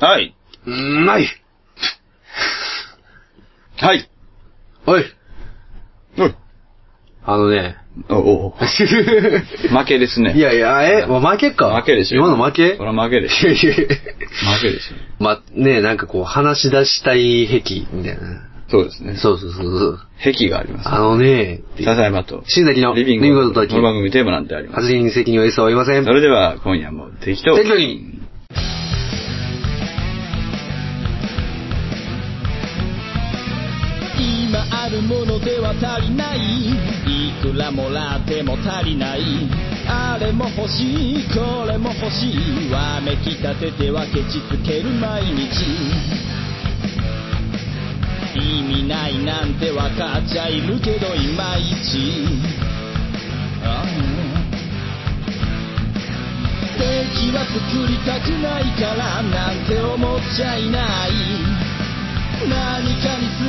はい。うんない。はい。おい。おい。あのね。 おおお負けですね。いやいや、え、もう負けか。負けでしょ。今の負けこれは負けでいす。やいやいや負けですよ。 ま、ねなんかこう、話し出したい癖、みたいな。そうですね。そうそうそうそう。壁があります。あのねってただいまと。新崎のリビング。リビングの時この番組テーマなんてあります。発言に責任を得そうは言いません。それでは、今夜も適当。適当に。今あるものでは足りないいくらもらっても足りないあれも欲しいこれも欲しいわめきたててはケチつける毎日意味ないなんてわかっちゃいるけどいまいちああ敵は作りたくないからなんて思っちゃいない何かにす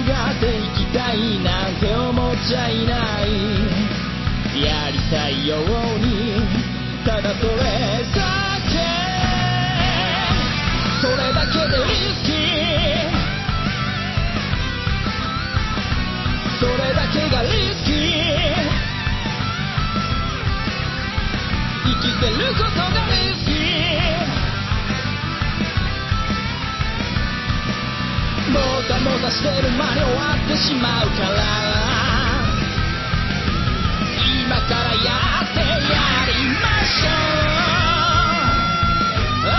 がっていきたいなんて思っちゃいないやりたいようにただそれだけそれだけでリスキーそれだけがリスキー生きてることがリスキーもたもたしてる間に終わってしまうから今からやってやりましょうああ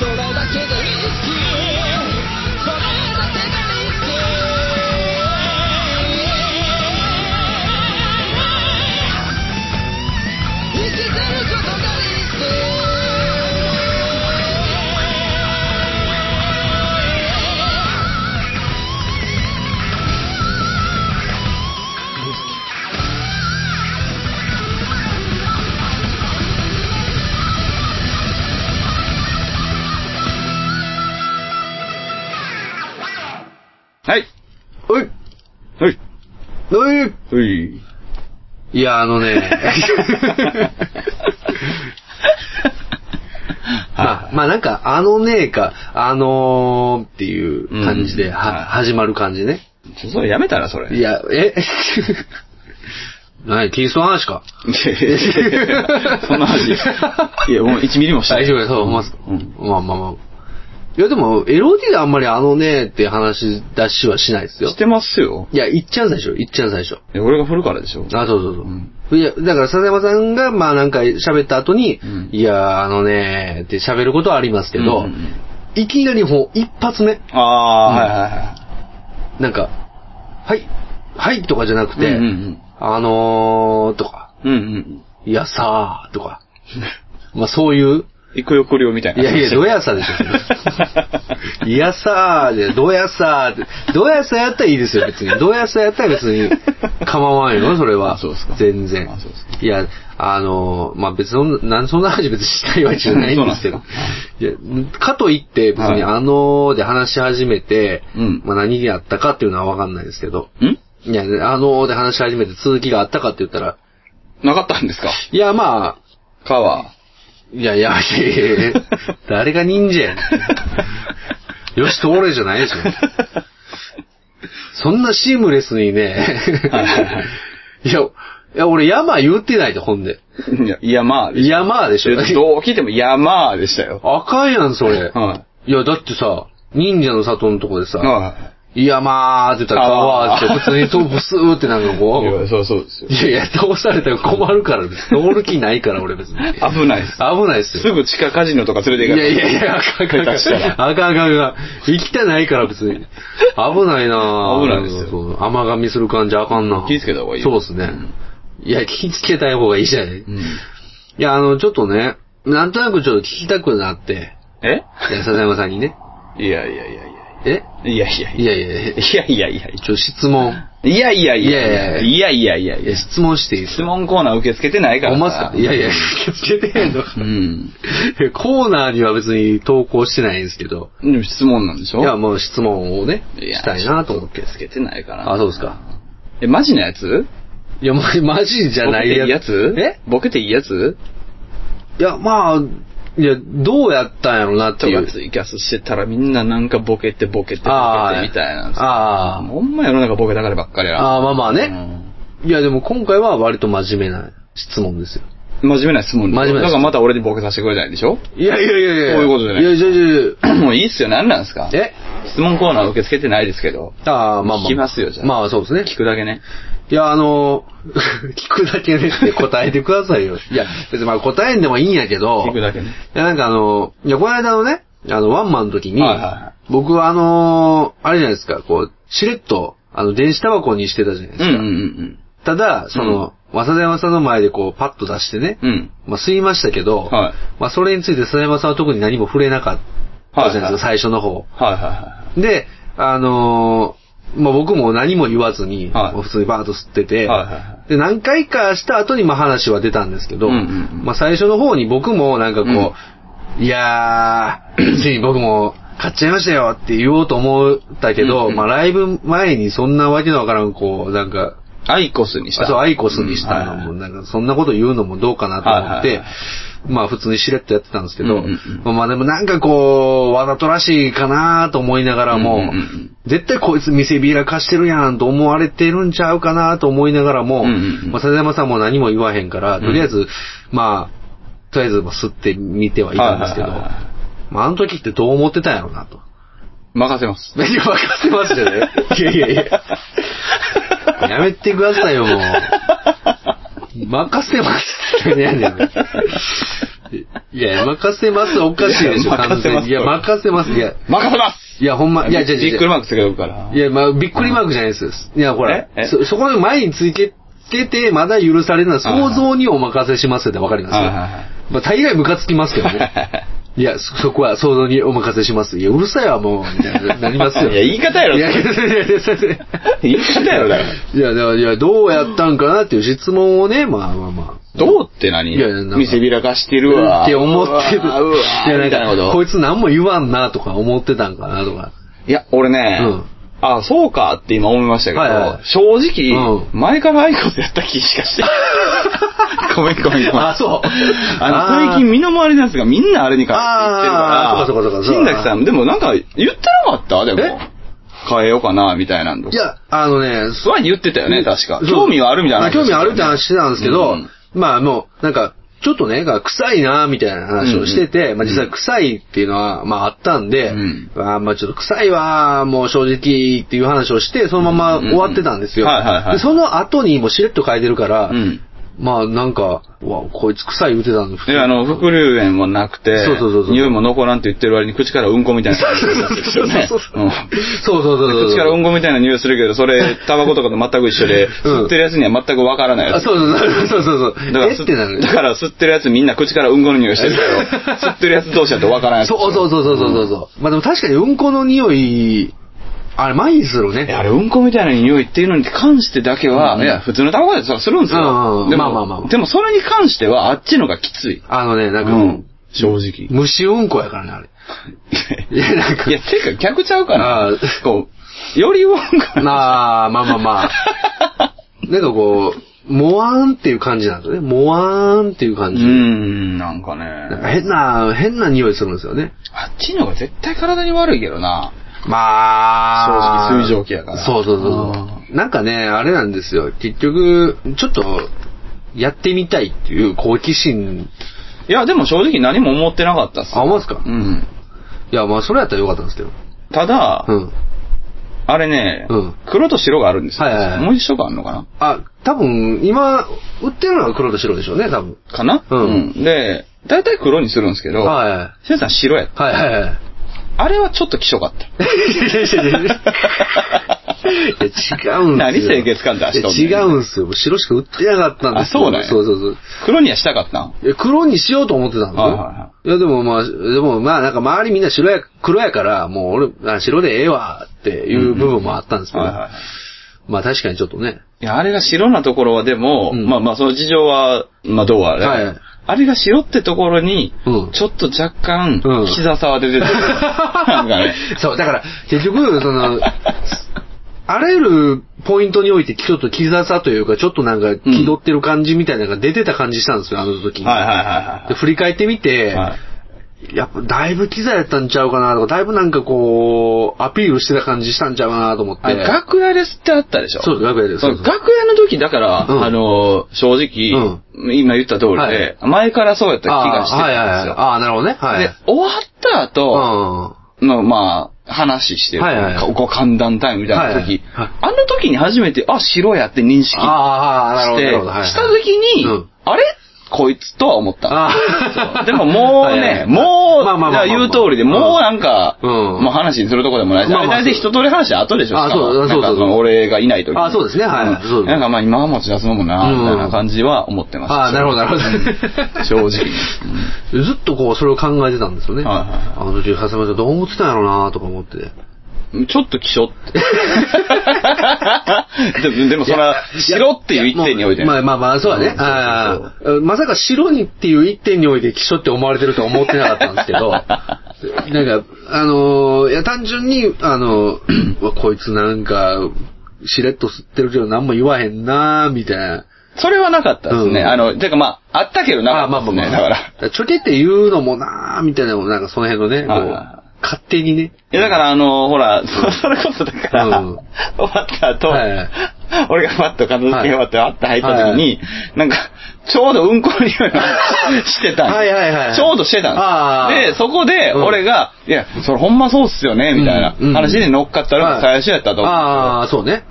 それだけでリスキーそれだけがリスキー生きてることがリスキーはい。おいはい。おいはい。いや、あ のね。まあ、まあなんか、あのねか、あのーっていう感じで、うんは、は始まる感じね。ちょそれやめたら、それ。 いや、え 何テイストの話かいやいやいやいや そんな 話。いや、もう1ミリもしてな大い。丈夫です、そう、まず、うんまあまあまあ。いやでも、LOD であんまりあのねって話出しはしないですよし。てますよ。いや、いっちゃん最初、いっちゃん最初。え俺が振るからでしょ。あ、そうそうそう。うんいや、だから、笹山さんが、まあなんか喋った後に、うんいや、あのねって喋ることはありますけうど、んうんうんいきなりもう一発目、ああなんか、はい、はいとかじゃなー、はくいて、はいはい。うんうんあのーとか、うん。うんうんいやさーとか、まあそういう、うん。いくよこりょうみたいいな。やいや、どやさでしょ。 いやさーで、どやさーで、どやさやったらいいですよ、別に。どやさやったら別に構わんよ、それは。あそうですか全然あそうです。いや、あの、まあ、別の、なん、そんな話別にしたいわけじゃないんですけうどん。いや、かといって、別はいにあのーで話し始めて、うんまあ、何があったかっていうのはわかんないですけど。 んいや、あのーで話し始めて続きがあったかって言ったら、なかったんですかいや、まあ、川。 いやいや、いやいやいや誰が忍者やねん。よしと俺じゃないでしょ。そんなシームレスにねはいはい。いや、いや、俺山言ってないで、ほんで。いや、山でし山でしょ。ょ。どう聞いても山でしたよ。あかんやん、それ。はいや、だってさ、忍者の里のとこでい。さ、はい山ーって言ったら川ーって、普通にトップスーってなんかこい。いやう。そうそうですよい。やいや、倒されたら困るからです。登る気ないから、俺別に。危危ないです。ないっすよ。すぐ地下カジノとか連れいて行やかれいやいや、あかんあかんあかん。下手したあかんあかんあかん。生きてないから別に。危ないなぁ危ないですよそう甘噛みする感じあかんな気ぃつけた方がいいそうよですね。いや、気ぃつけたい方がいいじゃなうい。いんや、あの、ちょっとね、なんとなくちょっと聞きたくなって、えいや、笹山さんにね。いやいやいやえいや。いやいやいいや。やいやいや、いやいやいやいや。ちょ、質問。いやいやいやいやいやいやいいやや、質問していいです質問コーナー受け付けてないかかほらんまっすかいやいや、気ぃつけてへんのかう。ん。コーナーには別に投稿してないんですけど。でも質問なんでしょいや、もう質問をね、いやしたいなと思っ受てけ。付けてないから。あ、そうですか。え、マジのやついや、ま、マジじゃないボケていいやつえボケていいやついや、まあ、いや、どうやったんやろなってといかう。ツイキャスしてたらみんななんかボケてボケてボケてみああたいなさ。あほんま世の中ボケたがりばっかりあ。や。ああ、まあまあうね。んいや、でも今回は割と真面目な質問ですよ。真面目な質問でしょ真面目な質問だからまた俺にボケさせてくれないでし ょいやいやいやいや。こういうことじゃないいやいやいやいもういいっすよ、何なんすかや。え質問コーナー受け付けてないですけど。ああ、まあまあ。聞きますよじゃあまあそうですね。聞くだけね。いや、あの、 聞くだけねって答えてくださいよ。いや、別にまあ答えんでもいいんやけど、聞くだけね。いや、なんかあの、いや、この間のね、あの、ワンマンの時に、はいはいは僕はあのーあれじゃないですか、こう、しれっと、あの、電子タバコにしてたじゃないでうすんか。うんうんただ、その、わさだやまさんの前でこう、パッと出してね、うん。うん。まあ、吸いましたけど、はいまあ、それについて笹山さんは特に何も触れなかったじゃないですか、最初の方。はいはいはい。で、あのーまあ、僕も何も言わずに、はいまあ普通にバーッと吸ってて、はいはいはで、何回かした後にまあ話は出たんですけど、うんうんうんまあ最初の方に僕もなんかこう、いやー、ついに僕も買っちゃいましたよって言おうと思ったけど、うんうんまあライブ前にそんなわけのわからん、こう、なんか、アイコスにした。あそう、アイコスにしたうんのはいも、はいなんか、そんなこと言うのもどうかなと思っはいてはいは、まあ、普通にしれっとやってたんですけど、うんうんまあ、でもなんかこう、わざとらしいかなと思いながらも、うんうんうん絶対こいつ店ビーラ貸してるやんと思われてるんちゃうかなと思いながらうも、んうんうんまあ、笹山さんも何も言わへんから、とりあえず、まあ、とりあえず、まあ吸ってみてはいたんですけど、はいはいはいはまあ、あの時ってどう思ってたんやろうなと。任せます。目に任せましたね。いやいやいや。やめてくださいよ、もう。任せます。いやいやいや、任せますおかしいでしょ、いや完全に。いや、任任せます。いや、任せますいや、ほんま、いや、じゃビックリマークつけとくから。いや、まあ、びっくりマークじゃないです。いや、ほらええ、そ、そこの前について、てて、まだ許されるのは想像にお任せしますってわかりますよはいはいはい。まあ、大概ムカつきますけ どね。いや、そ、そこは想像にお任せします。いや、うるさいわ、もう、みたいな、なります よ。いや言い方やろいや、いや、いや、いや、先生言い方やろだからいや、だからいや、どうやったんかなっていう質問をね、まあまあまあ。どうって何いやいやなんか見せびらかしてるわ。って思ってる。うわうわいや、みたいななこ。んか、こといつ何も言わんなとか思ってたんかなとか。いや、俺ね、うんあ、そうかって今思いましたけど、はいはい正直、う前からアイコスやった気しかしてない。 ごめんごめんごめん。あそうああーの、最近身の回りのやつがみんなあれに変えていってるから、あーそうかそうかそうか新崎さん、でもなんか言ってなかったでもえ。変えようかな、みたいなんとかい、や、あのね、不安に言ってたよね、確かそう。興味があるみたいな話興味あるみたいな話してたんですけど、うんまあもう、なんか、ちょっとね、が臭いなみたいな話をしてて、うんまあ実際臭いっていうのは、まああったんで、うんあーまあちょっと臭いわもう正直っていう話をして、そのまま終わってたんですよ。うんうんうんはいはいはいでその後にもうしれっと変えてるから、うん。まあなんか、うわ、こいつ臭い言うてたの。で、あの、副流炎もなくて、そうそうそうそう匂いも残らんって言ってる割に口からうんこみたいな感じになってるそうねそうそううんそうそうそうそう。口からうんこみたいな匂いするけど、それ、タバコとかと全く一緒で、うん吸ってるやつには全くわからないやあつ。そうそうそうそうそう。だからえってなるだ。から吸ってるやつみんな口からうんこの匂いしてるけど、吸ってるやつ同士だとわからないやつそうそうそうそうそうそう。まあでも確かにうんこの匂い、あれ、マイするね。いやあれ、うんこみたいな匂いっていうのに関してだけは、うんいや、普通のタバコだってさするんですよ。うんうんでも、まあまあまあまあでもそれに関しては、あっちのがきつい。あのね、なんか、うん正直。虫うんこやからね、あれ。いや、なんかい、や、てか逆ちゃうかあなー。こう、よりウォンカなあ、まあまあ まあ。なんかこう、もわーんっていう感じなんですよね。もわーんって いうう感ーじ。ん、なんかなんかね。変な、変な匂いするんですよね。あっちの方が絶対体に悪いけどな。まあ、正直水蒸気やからそうそうそうそう。なんかね、あれなんですよ。結局、ちょっと、やってみたいっていう好奇心、いや、でも正直何も思ってなかったっす。あ、思うんすかうん。いや、まあ、それやったらよかったんですけど。ただう、ん。あれねうん、黒と白があるんですよ。はいはいはいもう一色あんのかなあ、多分、今、売ってるのは黒と白でしょうね、多分。かなうんうん。で、大体黒にするんですけど、はい。せいさん白やった。はいはいはい。あれはちょっと希少かった。いやいやいやいやいや違うん何ですよ。清潔感出しとんねんいや違うんですよ。もう白しか売ってなかったんですよ。あそうなんやそうそうそう。黒にはしたかったんいや黒にしようと思ってたんですよ。、はいはいはいや、でもまあ、でもまあ、なんか周りみんな白や、黒やから、もう俺、あ白でええわっていう部分もあったんですけど、はいはいはい。まあ確かにちょっとね。いや、あれが白なところはでも、うんまあまあその事情は、まあどうあれ。はいあれが白ってところに、うんちょっと若干、うん膝差は出てる。 なんかね。そう、だから、結局、その、あらゆるポイントにおいて、ちょっと気ざさというか、ちょっとなんか気取ってる感じみたいなのが出てた感じしたんですよ、あの時に。はいはいはいはで振り返ってみて、はいやっぱだいぶ機材やったんちゃうかなとか、だいぶなんかこう、アピールしてた感じしたんちゃうかなと思って。あれ楽屋ですってあったでしょそう、楽屋です。その楽屋の時だから、うんあの、正直、今言った通りで、はい前からそうやった気がしてあーはいはたいはんいですよ。ああ、なるほどね。はい。で、終わった後うの、まあ、話してる、はいはいはいご寒暖タイムみたいな時、はいはいはいあの時に初めて、あ、白やって認識して、ん。ああ、なるほどなるほど。はいはいした時に、うんあれこいつとは思った。あー でももうはいはいねは、いもう、まあまあまあまあじゃあ言う通りで、もうなんか、うんもう話にするとこでもないし、まあまああれ大体一通り話した後でしょ、あしかもそうそうそうなんかの俺がいない時にあそうですねはいうんそうですなんかまあ今は持ち出すのもな、うんみたいな感じは思ってます。ああ、なるほど、なるほど。正 直。ずっとこう、それを考えてたんですよね。はいはいはいあの時、さすがにどう思ってたんやろうなとか思って。うんちょっと気象って。 でもでもそれは、白っていう一点においてね。まあまあまあ、そうだんね。ああまさか白にっていう一点において気象って思われてるとは思ってなかったんですけ ど、なんか、あのーいや、単純に、あ のーうわこいつなんか、しれっと吸ってるけど何も言わへんなーみたいな。それはなかったですね。うんあの、てかまあ、あったけどなあかあまあったまであすね。まあ。だから。ちょけって言うのもなーみたいなのも、なんかその辺のね、こはいうはいは勝手にね。いや、だから、あの、ほら、そそれこそだから、う終んわった後、はい俺がパッと片付け終わって、あって入った時に、なんか、ちょうどうんこの匂いがしてたんですはいはいはいちょうどしてたあんーです。で、そこで、うん俺が、いや、それほんまそうっすよね、みたいなうんうん話に乗っかったのが最初やったと思うんですよああ、そうね。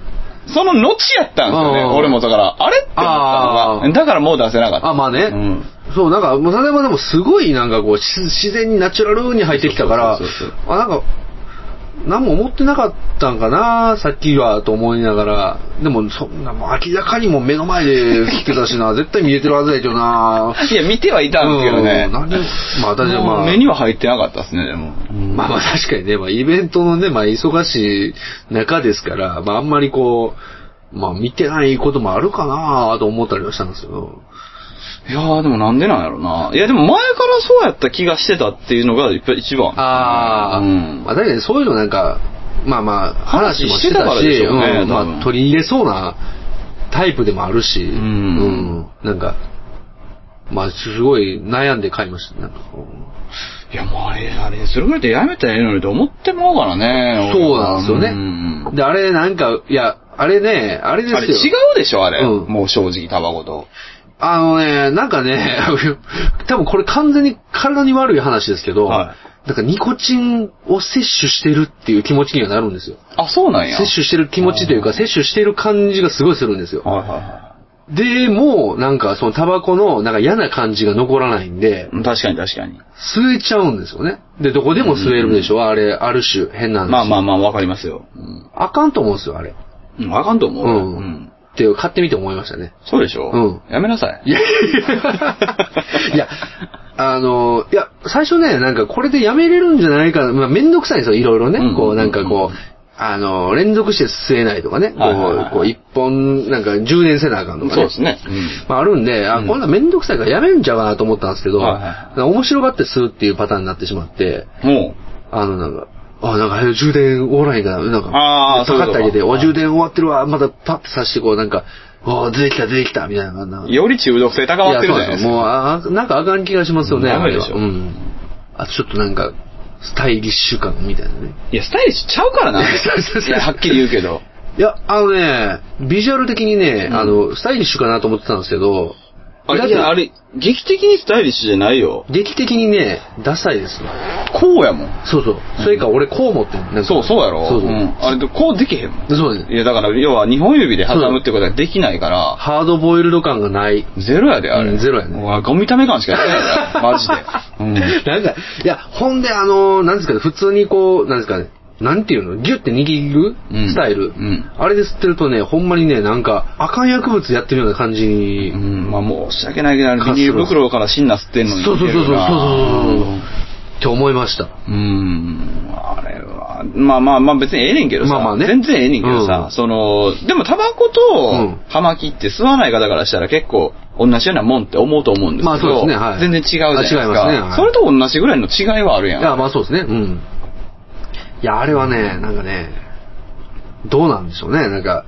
その後やったんですよね、うん俺もだから、あれって思ったあのが、ーだからもう出せなかった。あ、まあね。うんそう、なんか、もう例えばでもすごいなんかこう、し自然にナチュラルに入ってきたからそうそうそう、あ、なんか、何も思ってなかったんかな、さっきはと思いながら、でもそんな、もう明らかにもう目の前で吸ってたし な、絶対見えてるはずやけどな。いや、見てはいたんですけどねうん。なんで、まあ私はまもうあ。目には入ってなかったですね、でも。うんまあまあ確かにね、まあイベントのね、まあ忙しい中ですから、まああんまりこう、まあ見てないこともあるかなと思ったりはしたんですけど。いやー、でもなんでなんやろな。いや、でも前からそうやった気がしてたっていうのがやっぱ一番。ああ、うんまあ確かにそういうのなんか、まあまあ話もしてた話し、してたからでしょうねうん多分まあ取り入れそうなタイプでもあるし、んうんなんか、まあすごい悩んで買いました。なんかこういや、もうあれ、あれ、それぐらいでやめたらええのにと思ってもうからね。そうなんですよね。うんで、あれなんか、いや、あれね、あれですよ。あれ違うでしょ、あれ。うんもう正直、タバコと。あのね、なんかね、 多分これ完全に体に悪い話ですけど、はなんかニコチンを摂取してるっていう気持ちにはなるんですよ。あ、そうなんや。摂取してる気持ちというか、摂取してる感じがすごいするんですよ。はいはでも、なんかそのタバコのなんか嫌な感じが残らないんでい、はい。確かに確かに。吸えちゃうんですよね。で、どこでも吸えるでしょ、あれ、ある種、変な話。まあまあまあ、わかりますよ。うんあ。かんと思うんですよ、あれ。っうん。あかんと思う。うんうん。て、買ってみて思いましたね。 そうでしょ。うんやめなさい。いや、 いや、あの、いや、最初ね、なんかこれでやめれるんじゃないかな。まあ、めんどくさいんですよ、いろいろね。うんこう、なんかこう、あの、連続して吸えないとかね。こ、はいはいはいうこう一本、なんか10年せなあかんとかね。そうですね。うんまあ、あるんで、あ、うんこんなんめんどくさいからやめるんちゃうかなと思ったんですけど、はいはいなんか面白がって吸うっていうパターンになってしまって、もあの、なんか、あ、なんか、え充電終わらへんから、なんか、あーそういうこかとかってあげて、お、充電終わってるわ、またパッて刺して、こう、なんか、お、出てきた、出てきた、みたいな感じなう、より中毒性高まいっや、てそるうじでゃないですすか。もう、ああなんかあかん気がしますよね、ダあメれでは。しょうん。あとちょっとなんか、スタイリッシュ感みたいなね。いや、スタイリッシュちゃうからな。 そうそうそういや、はっきり言うけ ど。いや、あのね、ビジュアル的にね、うんあの、スタイリッシュかなと思ってたんですけど、あれ、だっいてやあれ、劇的にスタイリッシュじゃないよ。劇的にね、ダサいですね。こうやもん。そうそう。それか、俺こう思ってんなんかそう、そうやろ。そうそうう。ん。あれ、こうできへんもん。そうですいや、だから、要は、二本指で挟むってことはできないから、ハードボイルド感がない。ゼロやで、あうれ。んゼロやねうわゴミため感しかやってない から、マジで。うん。なんか、いや、ほんで、あの、なんですかね、普通にこう、なんですかね、なんていうのギュって握るうんスタイル、うんあれで吸ってるとね、ほんまにね、なんか、あかん薬物やってるような感じに、うん、まあ、申し訳ないけど、あれビニール袋からシンナー吸ってんのに。そうそうそうそうそうそうそうう。そうんって思いました。うーん、あれは、まあまあまあ別にええねんけどさ、まあまあね全然ええねんけどさ、うんその、でもタバコうんと葉巻って吸わない方からしたら結構同じようなもんって思うと思うんですけど、まあそうですねはい全然違うじゃないですか。あ違いますねはいそれと同じぐらいの違いはあるやん。いや、まあそうですね。うん。いや、あれはね、なんかね、どうなんでしょうね。なんか、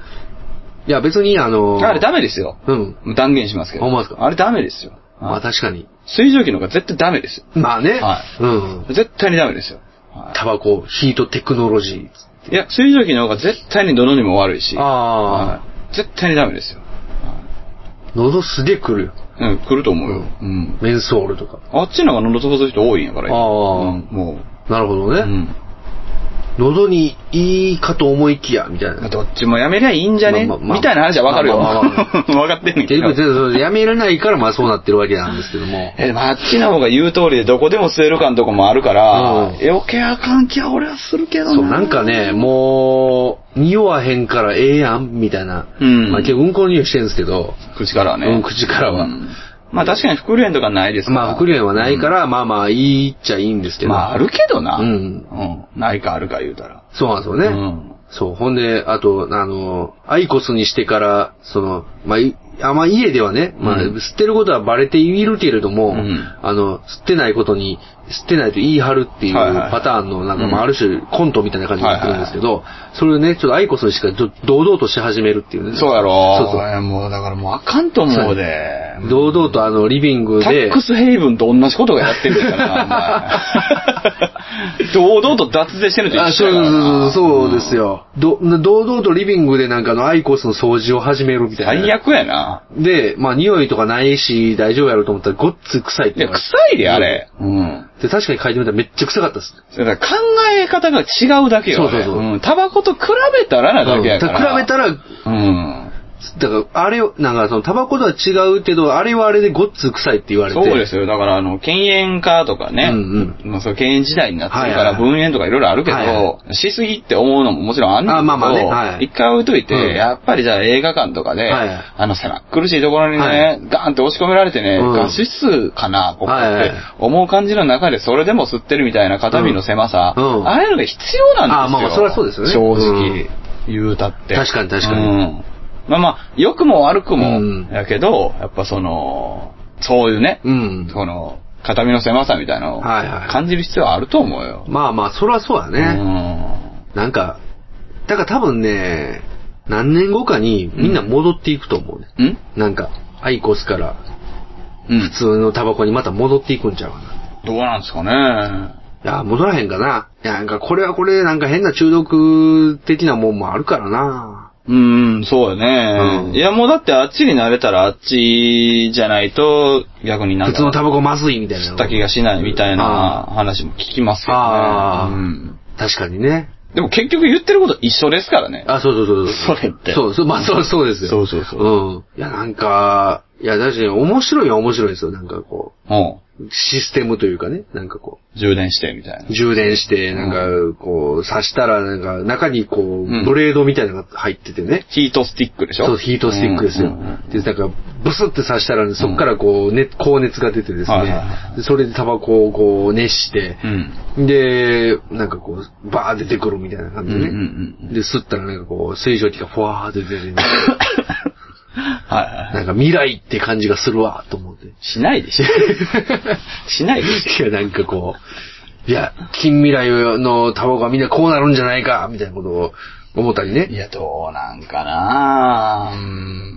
いや、別に、あの、あれダメですよ。うん。断言しますけど。ほんまですかあれダメですよ。まあ確かに。水蒸気の方が絶対ダメですよ。まあね。はうん。絶対にダメですよ。はタバコ、ヒートテクノロジー。い、いや、水蒸気の方が絶対にどのにも悪いし、あい、絶対にダメですよ。喉すげえくるよ。うん、来ると思うよ。うん。メンソールとか。あっちの方が喉飛ばす人多いんやから、今あーうん、もなるほどう。ね。うん。喉にいいかと思いきや、みたいな。どっちもやめりゃいいんじゃね、まあまあまあみたいな話はわかるよ。まあまあまあ まわかってんねんけ結ど局、。そうやめられないから、まあそうなってるわけなんですけども。え、でもあっちの方が言う通りでどこでも吸える感とかもあるから、うん余計あかん気は俺はするけどな。そう、なんかね、もう、匂わへんからええやん、みたいな。うんまあ結構うんこの匂いしてるんですけど、口からはね。うん口からはうんまあ確かに副流とかないですからまあ、副流はないから、まあまあ、いいっちゃいいんですけど。まああるけどな。うんうんないかあるか言うたら。そうなんですよね。うんそう、ほんで、あと、あの、アイコスにしてから、その、まあい、あまあ、家ではね、まあ、うん吸ってることはバレているけれども、うんあの、吸ってないことに、吸ってないと言い張るっていうはいはいはいパターンの、なんか、うんまあ、ある種、コントみたいな感じになってるんですけど、それをね、ちょっとアイコスにしかど堂々とし始めるっていうね。そうやろそうそう。う。もうだからもうあかんと思うで。堂々とあの、リビングタッでク、スヘイブンと同じことがやってるんだ から、お前。堂々と脱税してるとあ一そ緒うやからそうなそうそうですよ、ど。堂々とリビングでなんかあのアイコスの掃除を始めるみたいな。最悪やな。で、まあ匂いとかないし、大丈夫やろうと思ったらごっつ臭いってい言や、われ臭て。いで、あれ。うん。で、確かに嗅いでみたらめっちゃ臭かったです。それだから考え方が違うだけよ。そうそうそうあれん。タバコと比べたらなだけやから。うんだから比べたら、うん。だから、あれを、なんかその、タバコとは違うけど、あれはあれでごっつ臭いって言われて。そうですよ。だから、あの、禁煙化とかね。うんまあ、その禁煙時代になってるかはいはいら、はい分煙とかいろいろあるけど、はいはしすぎって思うのももちろんあんねんけど、あまあまあねはい一回置いといて、うんやっぱりじゃあ映画館とかで、はいはいあの、さらっ苦しいところにね、はいガーンって押し込められてね、うんガシスかな、僕って、はいはい思う感じの中でそれでも吸ってるみたいな肩身の狭さ、うんうんああいうのが必要なんですよ。あまあまあそれはそうですよね正う直ん、言うたって。確かに確かにうんまあまあ、良くも悪くもうん、やけど、やっぱその、そういうね、うん。その、肩身の狭さみたいなのをはいはい感じる必要はあると思うよ。まあまあ、そりゃそうだうね、んなんか、だから多分ね、何年後かにみんな戻っていくと思うね。うんなんか、アイコスからうん普。通のタバコにまた戻っていくんちゃうかな。どうなんですかね。いや、戻らへんかな。いや、なんかこれはこれでなんか変な中毒的なもんもあるからな。うん、そうよね、うんいや、もうだってあっちに慣れたらあっちじゃないと、逆になん普か、通のタバコまずいみたいな。吸った気がしないみたいな話も聞きますけどね。ああうん確かにね。でも結局言ってること一緒ですからね。あ、そうそうそうそう。それってそうそう、まあそうそうですよ。。そうそうそううん。いや、なんか、いや、確かに面白いは面白いですよ。なんかこもう、システムというかね、なんかこう、充電してみたいなう、。充電して、なんかこう、刺したら、なんか中にこううん、ブレードみたいなのが入っててね。ヒートスティックでしょそう、ヒートスティックですよ。うんうんうんで、なんか、ブスって刺したら、そこからこう、熱、高熱が出てですね、はいはいはでそれでタバコをこう、熱して、うん。 で、なんかこう、バー出てくるみたいな感じでね。うんうんうんで、吸ったらなんかこう、水蒸気がフワーって出て、 はいはいはい。なんか未来って感じがするわ、と思って。しない でしょ。しないでしいや、なんかこう、いや、近未来のタバコはみんなこうなるんじゃないか、みたいなことを思ったりょ。いね。や、どうなんかなうん。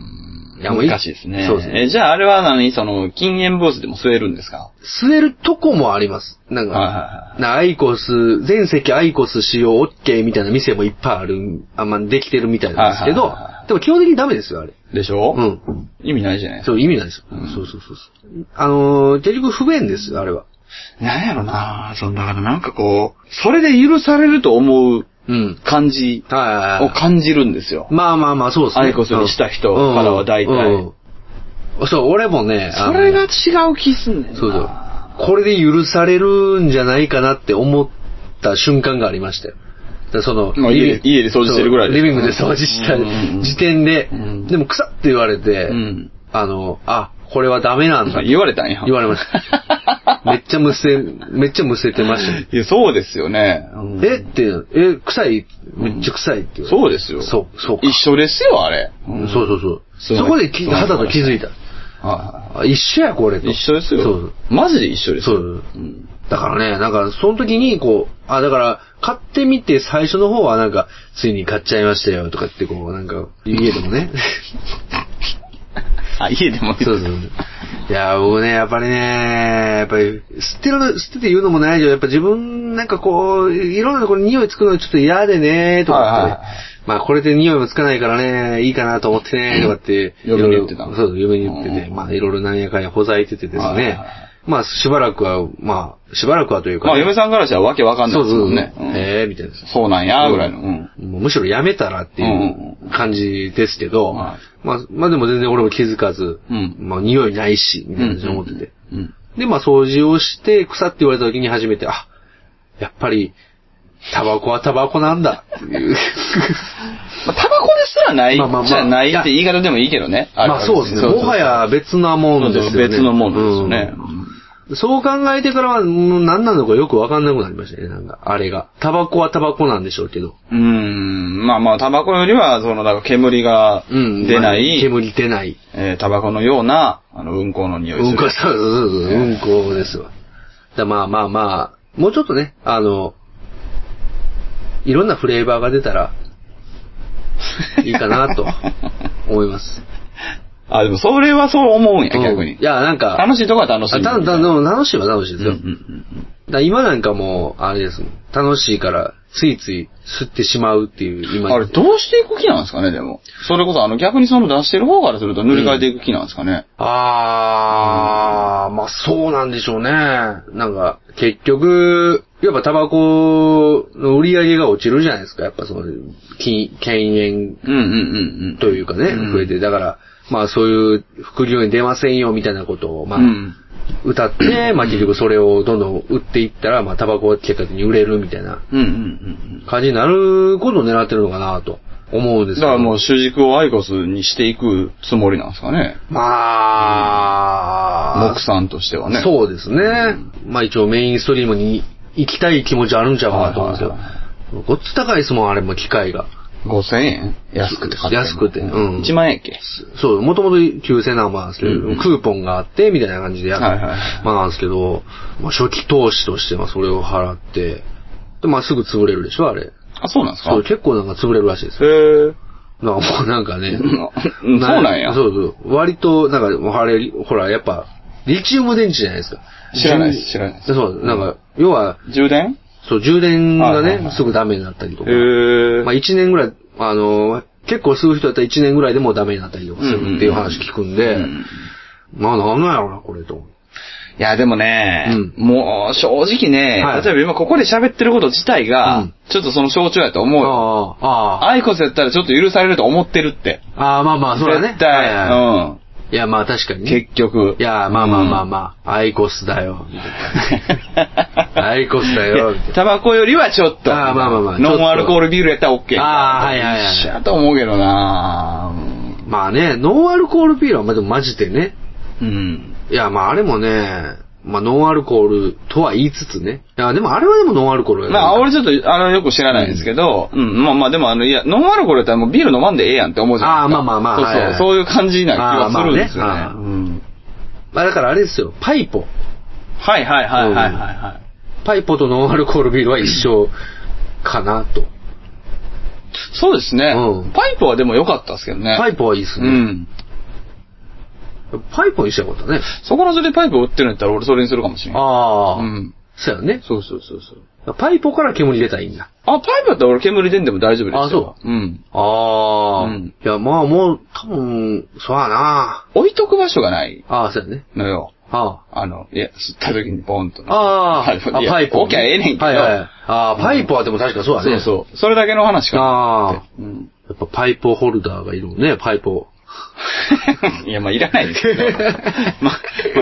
いやもうい難しいですね。そうですねえ、じゃああれは何その、禁煙ブースでも吸えるんですか吸えるとこもあります。なんか、はいはいはなアイコス、全席アイコス使用 OK みたいな店もいっぱいある、あんまできてるみたいなんですはけいどはいはいは、でも基本的にダメですよ、あれ。でしょうん。意味ないじゃないですか。そう、意味ないですよ。そうそうそうそう。あのー、結局不便ですよ、あれは。なんやろなそのだからなんかこう、それで許されると思ううん。感じはいはいはいを感じるんですよ。まあまあまあ、そうですね。アイコスにした人からは大体うんうんそう、俺もね、あそのれが違う気すんねんな。そうそう。これで許されるんじゃないかなって思った瞬間がありましたよ。だからその、まあ家で家で掃除してるぐらいそうでリビングで掃除したうんうんうん時点でうん、でも腐って言われて、うん。あの、あ、これはダメなんだ。言われたんや。言われました。めっちゃむせ、めっちゃむせてましたよ。 いや、そうですよね。うんえって、え、臭いめっちゃ臭いって言われて。そうですよ。そう、そうか。一緒ですよ、あれ。うんそうそうそう。そうそこできそう肌と気づいた。はあ一緒や、これいと。はい。一緒ですよ。そうマジで一緒ですそよ。う。うん。だからね、なんか、その時に、こう、あ、だから、買ってみて、最初の方はなんか、 ついに買っちゃいましたよ、とかって、こう、なんか、家でもね。あ、家でもそうそう。いや、僕ね、やっぱりね、やっぱり、捨てる、捨てて言うのもないけど、やっぱ自分、なんかこう、いろんなところに匂いつくのちょっと嫌でね、とかってね、はいはいまあこれで匂いもつかないからね、いいかなと思ってね、とかって、嫁に言ってたそうそう、嫁に言ってて、うんまあいろいろなんやかんやほざいててですね、はいはいはいまあしばらくは、まあ、しばらくはというか、まあ、嫁さんからしたらわけわかんないそうですそもうんね。そううんええみたいな。そうなんや、ぐらいの。うん。もうむしろやめたらっていう感じですけど、うんはいまあ、まあでも全然俺も気づかず、うんまあ匂いないし、みたいな感じで思ってて。うん。で、まあ掃除をして、草って言われた時に初めて、あ、やっぱり、タバコはタバコなんだって いう。まあ、タバコですらない、まあまあまあじゃないって言い方でもいいけどね。れまあそうですね。もは、や別なもんですよね。別のもんですよね。うんそう考えてからは、うん何なのかよくわかんなくなりましたね、なんか、あれが。タバコはタバコなんでしょうけど。うーん。まあまあ、タバコよりは、その、だから煙がうん。出なまあい、煙出ない。えータバコのような、あの、うんこの匂いする。うんこ、そうそうそうそう、うんこですわ。だまあまあまあ、もうちょっとね、あの、いろんなフレーバーが出たら、いいかな と思います。あ、でも、それはそう思うんや、逆に。うんいや、なんか、楽しいとこは楽しいあみたいたな。たでも楽しいは楽しいですよ。うんうんうんだから今なんかもう、あれですもん。楽しいから、ついつい吸ってしまうっていう、今。あれ、どうしていく気なんですかね、でも。それこそ、あの、逆にその出してる方からすると塗り替えていく気なんですかね。あー、まあそうなんでしょうね。なんか、結局、やっぱタバコの売り上げが落ちるじゃないですか。やっぱその、禁禁煙うんうんうんうん。というかね、うん増えて。だから、まあそういう副業に出ませんよみたいなことを、まあ、うん。歌 って、まあ結局それをどんどん売っていったら、まあタバコは結果的に売れるみたいなうんうんうん感じになることを狙ってるのかなと思ううんでん。すだけからど。もう主軸をアイコスにしていくつもりなんですかね。まあ、木さんとしてはね。う。そうですね。まあ一応メインストリームに行きたい気持ちはあるんちゃうかなと思うんですはいはいよ。ごっつ高いですもん、あれも機械が。 5000円安くて買っても安くてうん1万円やっけそう、もともと9000なんですけど、うんうんクーポンがあって、みたいな感じでやる。はいはいはいまあなんですけど、まあ初期投資として、まあそれを払って、で、まあすぐ潰れるでしょ、あれ。あ、そうなんですかそう、結構なんか潰れるらしいですよ。へえ。なんかもうなんかね。うんうんそうなんや そうそう。割と、なんかもうあれ、ほら、やっぱ、リチウム電池じゃないですか。知らないです知らないでそう、なんか、要は、充電そう、充電がはいはいはねい、すぐダメになったりとか。へえ。まあ1年ぐらい、あの、結構吸う人だったら1年ぐらいでもうダメになったりとかするっていう話聞くんで、うんまあなんなんやろな、これと。いや、でもね、うんもう正直ね、はい例えば今ここで喋ってること自体が、うんちょっとその象徴やと思うよ。ああ、ああ、アイコスやったらちょっと許されると思ってるって。ああ、まあまあ、それはね。絶対、はいはいいや、まあ確かうにん。ね。結局。いや、まあまあまあうんまあ、アイコスだよ。アイコスだいよ。みたいやなタバコよりはちょっと。あーまあまあまあノンアルコールビールやったら OK。あーはいはいはい一緒やと思うけどなうんまあね、ノンアルコールビールはまあでもマジでね。うん。いや、まああれもね、まあノンアルコールとは言いつつね。いや、でもあれはでもノンアルコールやまあ、俺ちょっと、あの、よく知らないんですけど、うん、まあまあ、でも、あの、いや、ノンアルコールやったらもうビール飲まんでええやんって思うじゃないですか。あーまあまあまあそうそう、はいはいそういう感じな気はするんですよね。あーまあねあーうんまあだからあれですよ、パイポ。はいはいはいはいはいはい。パイポとノンアルコールビールは一緒かなと。そうですね、うんパイプはでも良かったですけどね。パプイポはいいですうね。ん。パイポにしたことね。そこら中でパイプ売ってるんやったら俺それにするかもしれない。ああ、うん。そうやね。そうそうそうそう。パイポから煙出たらいいんだ。あ、パイプやったら俺煙出んでも大丈夫ですよ。。あそううん。ああ、うんいや、まあもう、多分、そうやな。置いとく場所がないああ、そうやね。のよ。ああの、いや、吸った時にポンと。あ。ああ、パイプあ いやパイポ、置きゃええねんけどはいはい。ああ、パイポはでも確かそうだそね。うそう。それだけの話かな。ああ。うん。やっぱパイポホルダーがいるもんね、パイポ。いや、まあ、いらないですけ ど。まあ、ま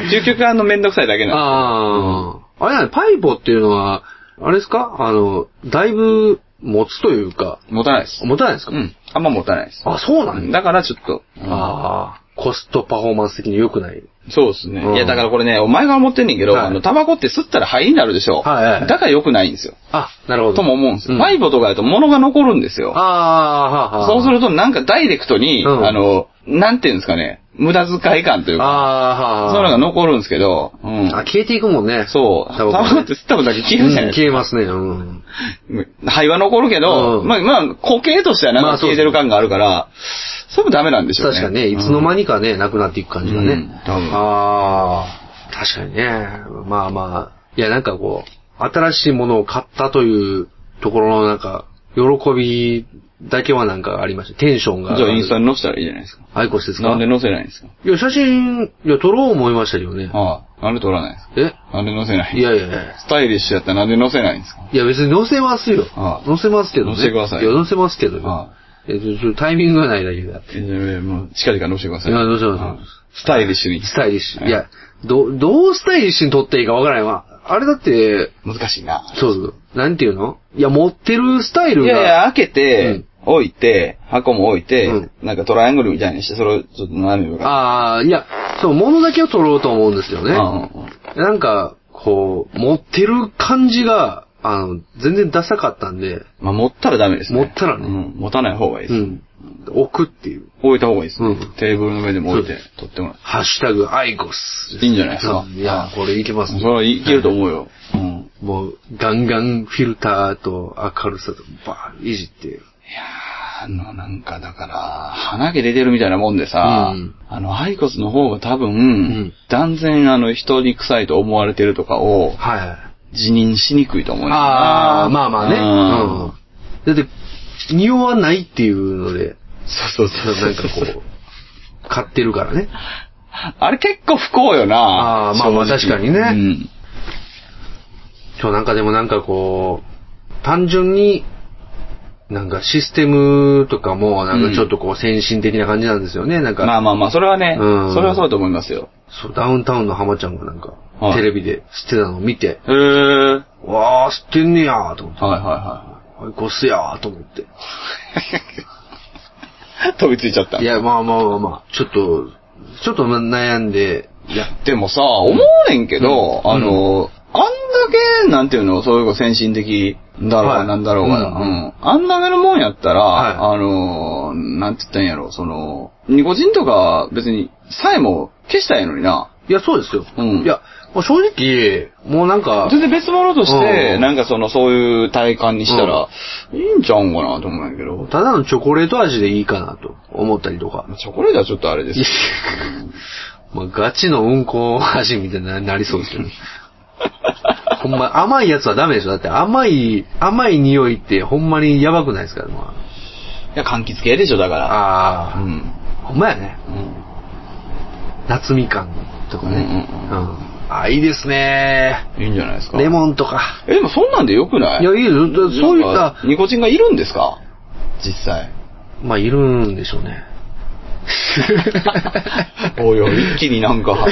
あ究極あの、めんどくさいだけなんああ、あれだね、パイポっていうのは、あれですかあの、だいぶ持つというか、で持たないです。持たないですか、うん。あんま持たないです。あ、そうなんだ。だから、ちょっと。うんああ、コストパフォーマンス的に良くない。そうですね。うんいや、だからこれね、お前が思ってんねんけど、はいあの、タバコって吸ったら肺になるでしょ。はいはいだから良くないんですよ。あ、なるほど。とも思うんですよ。んバイボとかだと物が残るんですよ。ああー、はあ、はあ。そうするとなんかダイレクトに、うんあの、なんていうんですかね、無駄遣い感というか、ああ、はあ。そういうのが残るんですけど、うん。あ、消えていくもんね。そう。タタババココっってて吸った分だけ消えるじゃないうんです消えますね。うん。か。肺は残るけど、うんまあまあ、固形としてはなんまかあそ消うでえすてる感があるから、それもダメなんでしょう確ね。かにね、いつの間にかね、なくなっていく感じがうねん。多分ああ、確かにね。まあまあ、いやなんかこう、新しいものを買ったというところのなんか、喜びだけはなんかありました。テンションうんが。じゃあインスタに載せたらいいじゃないですか。アイコスですなかんで載せないんですかいや、写真、いや、撮ろう思いましたけどね。ああ、なんで撮らないんですかえなんで載せないいやいやいや。スタイリッシュやったらなんで載せないんですかいや、別に載せますよ。ああ載せますけどね。載せてくださいや、載せますけどあよ。えっと、ちょっとタイミングがないだけであって。えーもう近々載せてください。いや載せますうんスタイリッシュに。スタイリッシはュ。いいや、ど、どうスタイリッシュに撮っていいかわからないわ。あれだって、難しいな。そうそう。なんていうのいや、持ってるスタイルいが。やいや、開けて、置いて、箱も置いて、うんなんかトライアングルみたいにして、それをちょっと斜めから。あ、ああ、いや、そう、物だけを撮ろうと思うんですよね。うんうんなんか、こう、持ってる感じが、あの、全然ダサかったんで、まあ、持ったらダメですね。持ったらねうん、持たない方がいいでうす。ん。置くっていう。置いた方がいいです、ねうんテーブルの上でも置いてそうで、取ってもらう。ハッシュタグアイコスです。いいんじゃないですかうんいや、これいけますねそれはいけると思うよ。うん。もう、ガンガンフィルターと明るさと、バーンいじって。あの、なんかだから、鼻毛出てるみたいなもんでさ、うんあの、アイコスの方が多分、ん断然あの、人に臭いと思われてるとかを、はいはい。辞任しにくいと思うよなああ、まあまあね。うん。だって、匂わないっていうので、そうそうそうそう。なんかこう、買ってるからね。あれ結構不幸よな。あーまあまあ正直確かにねうん。今日なんかでもなんかこう、単純に、なんかシステムとかも、なんかちょっとこう先進的な感じなんですよね。なんか、まあまあまあ、それはね、うんそれはそうだと思いますよ。そう、ダウンタウンの浜ちゃんがなんかはい、テレビで捨てたのを見て、へえ。はいわあ、捨てんねやーと思って、はいはおい、こすやーと思って。い。 飛びついちゃった。いや、まあまあまあまあ、ちょっと、ちょっと悩んで、いや、でもさ、思うねんけど、うんあの、あんだけ、なんていうの、そういうの先進的だろうはが、いなんだろうが、うんうんあんだけのもんやったら、はいあの、なんて言ったんやろ、その、ニコチンとか別に、さえも消したいのにな。いや、そうですよ。うんいや、もう正直、もうなんか、全然別物として、うんなんかその、そういう体感にしたら、いいんちゃうんかなと思うんやけど。ただのチョコレート味でいいかなと思ったりとか。チョコレートはちょっとあれですいやまあ、ガチのうんこ味みたいにななりそうですよね。ほんま、甘いやつはダメでしょ。だって甘い、甘い匂いってほんまにやばくないですから、まいや、柑橘系でしょ、だあ。かあら。あ、ん。ほんまやね。うん。夏みかんとかね。うんうんああ、いいですね。いいんじゃないですか。レモンとか。え、でもそんなんでよくないいや、いいよ。だそういっなんたか、ニコチンがいるんですか実 際。まあ、いるんでしょう ね。おいおい、一気に なんか、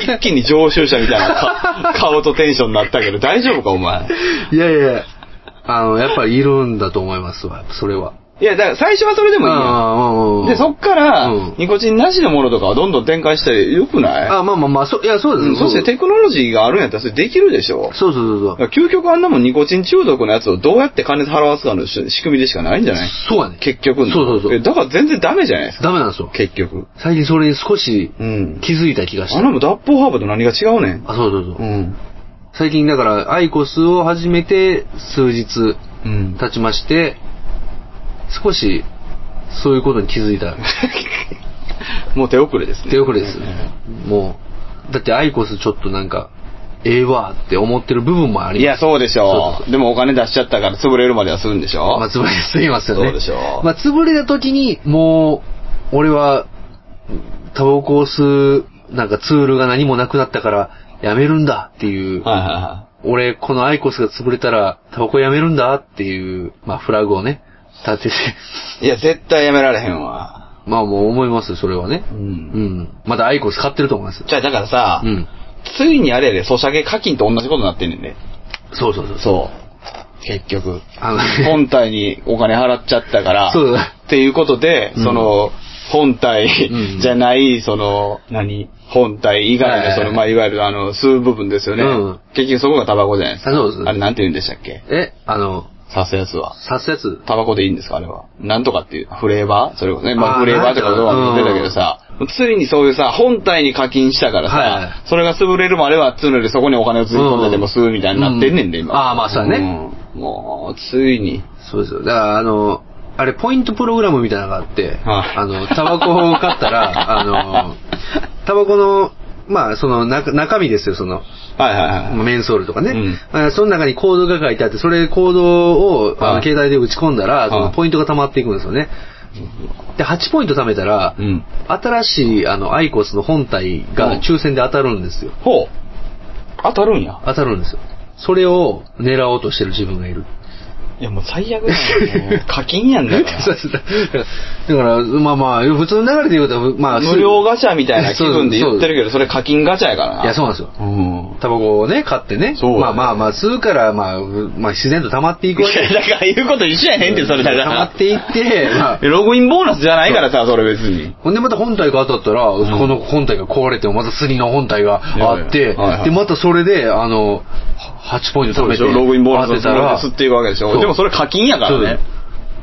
一気に常習者みたいなか顔とテンションになったけど、大丈夫か、お前。いやいやいや、あの、やっぱりいるんだと思いますわ、それは。いや、だから最初はそれでもいいよ。ああで、そっからうん、ニコチンなしのものとかをどんどん展開してよくないあ、まあまあまあ、そいや、そうです、うんそしてテクノロジーがあるんやったらそれできるでしょ。そうそうそうそだう。から究極あんなもんニコチン中毒のやつをどうやって金払わすかの仕仕組みでしかないんじゃないそうやね。結局のそうそうそうえだから全然ダメじゃないですか。ダメなんですよ。結局。最近それに少しうん。気づいた気がしあんた。なもん脱法ハーブと何が違うねん。あ、そうそうう。そうん。最近だから、アイコスを始めて数日うん。 経ちまして、少し、そういうことに気づいた。もう手遅れですね。手遅れですね。もう、だってアイコスちょっとなんか、ええわって思ってる部分もありますいや、そうでしそうょ。そうでもお金出しちゃったから潰れるまではするんでしょまあ、潰れすぎますよね。そうでしょうまあ、潰れた時に、もう、俺は、タバコを吸う、なんかツールが何もなくなったから、やめるんだっていう、はいはいは俺、このアイコスが潰れたら、タバコやめるんだっていう、まあ、フラグをね、立てて、 い。いや、絶対やめられへんわ。まあ、もう思いますよ、それはね。う。うんん。まだアイコス買ってると思います。じゃあ、だからさう、ん。ついにあれやで、ソシャゲ課金と同じことになってんねんで。そうそうそう。そう。結局。あの、本体にお金払っちゃったから、そうっていうことで、うんその、本体うんじゃない、その、何本体以外はの、いそはいはの、いまあ、いわゆるあの、吸う部分ですよねうん。結局そこがタバコじゃないですか。あそうですあれなんて言うんでしたっけえ、あの、刺すやつは。刺すやつタバコでいいんですかあれは。なんとかっていう。フレーバーそれこそね。まあ、あーフレーバーとかドアも出たけどさ、ついにそういうさ、本体に課金したからさ、はいはいそれが潰れるまでは、つうのでそこにお金をつぎ込んででも吸うみたいになってんねんで、うん今。あーまあそうやねうん。もう、ついに。そうですよ。だから、あの、あれ、ポイントプログラムみたいなのがあって、はいあの、タバコを買ったら、あ の、タバコの、まあ、その、中中身ですよ、その、はいはいはい。メンソールとかね。うんあその中にコードが書いてあって、それコードを、あはのい携帯で打ち込んだら、そはのいポイントが溜まっていくんですよね。で、8ポイント貯めたら、うん新しい、あの、アイコスの本体うんが抽選で当たるんですよ。ほう。当たるんや。当たるんですよ。それを狙おうとしてる自分がいる。いや、もう最悪だよ。も う課金やんだかそうら。そう だから、まあまあ、普通の流れで言うと、 まあ、無料ガチャみたいな気分で言ってるけけど、それ課金ガチャやからな。いや、そうなんですよ。うん。タバコをね、買ってね。そうだよまあまあまあ、吸うから、まあ、うまあ、自然と溜まっていいくわけや、だから言うこと一緒やねんって、それだから。溜まって いって、まあ、ログインボーナスじゃないからさ、それ別に。ほんでまた本体が当たったら、んこの本体が壊れても、またスリの本体があっいやて、いやはいはいで、またそれで、あの、8ポイント貯めて、ログインボーナス当てたら、吸っていくわけでしょ。そうでもそれ課金やからね。そう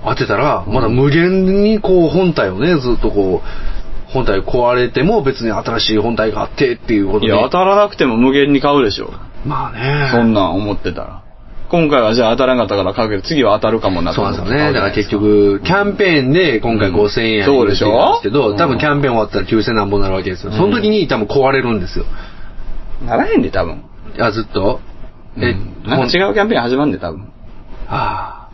当てたら、まだ無限にこう本体をね、ずっとこう、本体壊れても別に新しい本体があってっていうこといで。や、当たらなくても無限に買うでしょ。まあね。そんなん思ってたら。今回はじゃあ当たらなかったから買うけど、次は当たるかもなそうなんですよね。だから結うん局、キャンペーンで今回うん5000円やそうでしょなんですけうど、ん多分キャンペーン終わったら9000何本になるわけですよ。うんその時に多分壊れるんですよ。ならへんで、多分。あ、ずっと。え、なんか違う。うキャンペーン始まんで、多分。あ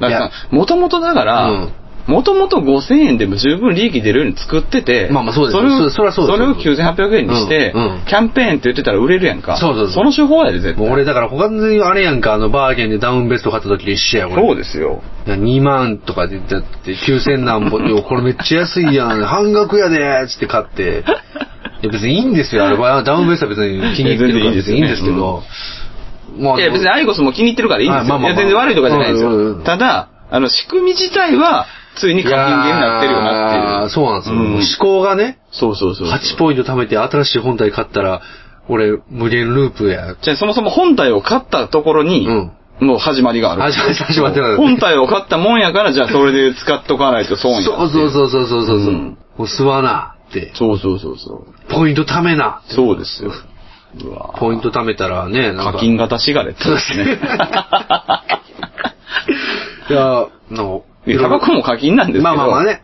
だからさ、もともとだから、もともと5000円でも十分利益出るように作ってて、まあまあそうですよをそそりゃそうですれをよ9800円にして、うんうんキャンペーンって言ってたら売れるやんか。そうそうそうの手法やで、絶あ。もう対。俺だから他にあれやんか、あのバーゲンでダウンベスト買った時と一緒や、これ。そうですよ。 2万とかで、だって9000何本、いやこれめっちゃ安いやん、 半額やでつって買って。いや別にいいんですよ、あれは。ダウンベースは別に気に入ってるから別にいいんですいや全然いいですけよど。まいや、別にアイコスも気に入ってるからいいんですあまよ。あまあまあいや、全然悪いとかじゃないんですうんうんうよ。んただ、あの、仕組み自体は、ついに課金ゲームになってるよなっていやーう。そうなんですよ。ん思考がね、そうそうそうそう。 8ポイント貯めて新しい本体買ったら、俺、無限ループや。じゃあ、そもそも本体を買ったところに、うんもう始まりがある。始まり始まってます本体を買ったもんやから、じゃあそれで使っとかないと損や。そうそうそうそうそうそう。ううん吸わなって、そうそうそうそう。ポイント貯めな。そうですよ。うわポイント貯めたらね、なんか。課金型シガレットですね。いや、の、 いやタバコも課金なんですけど。まあまあまあね。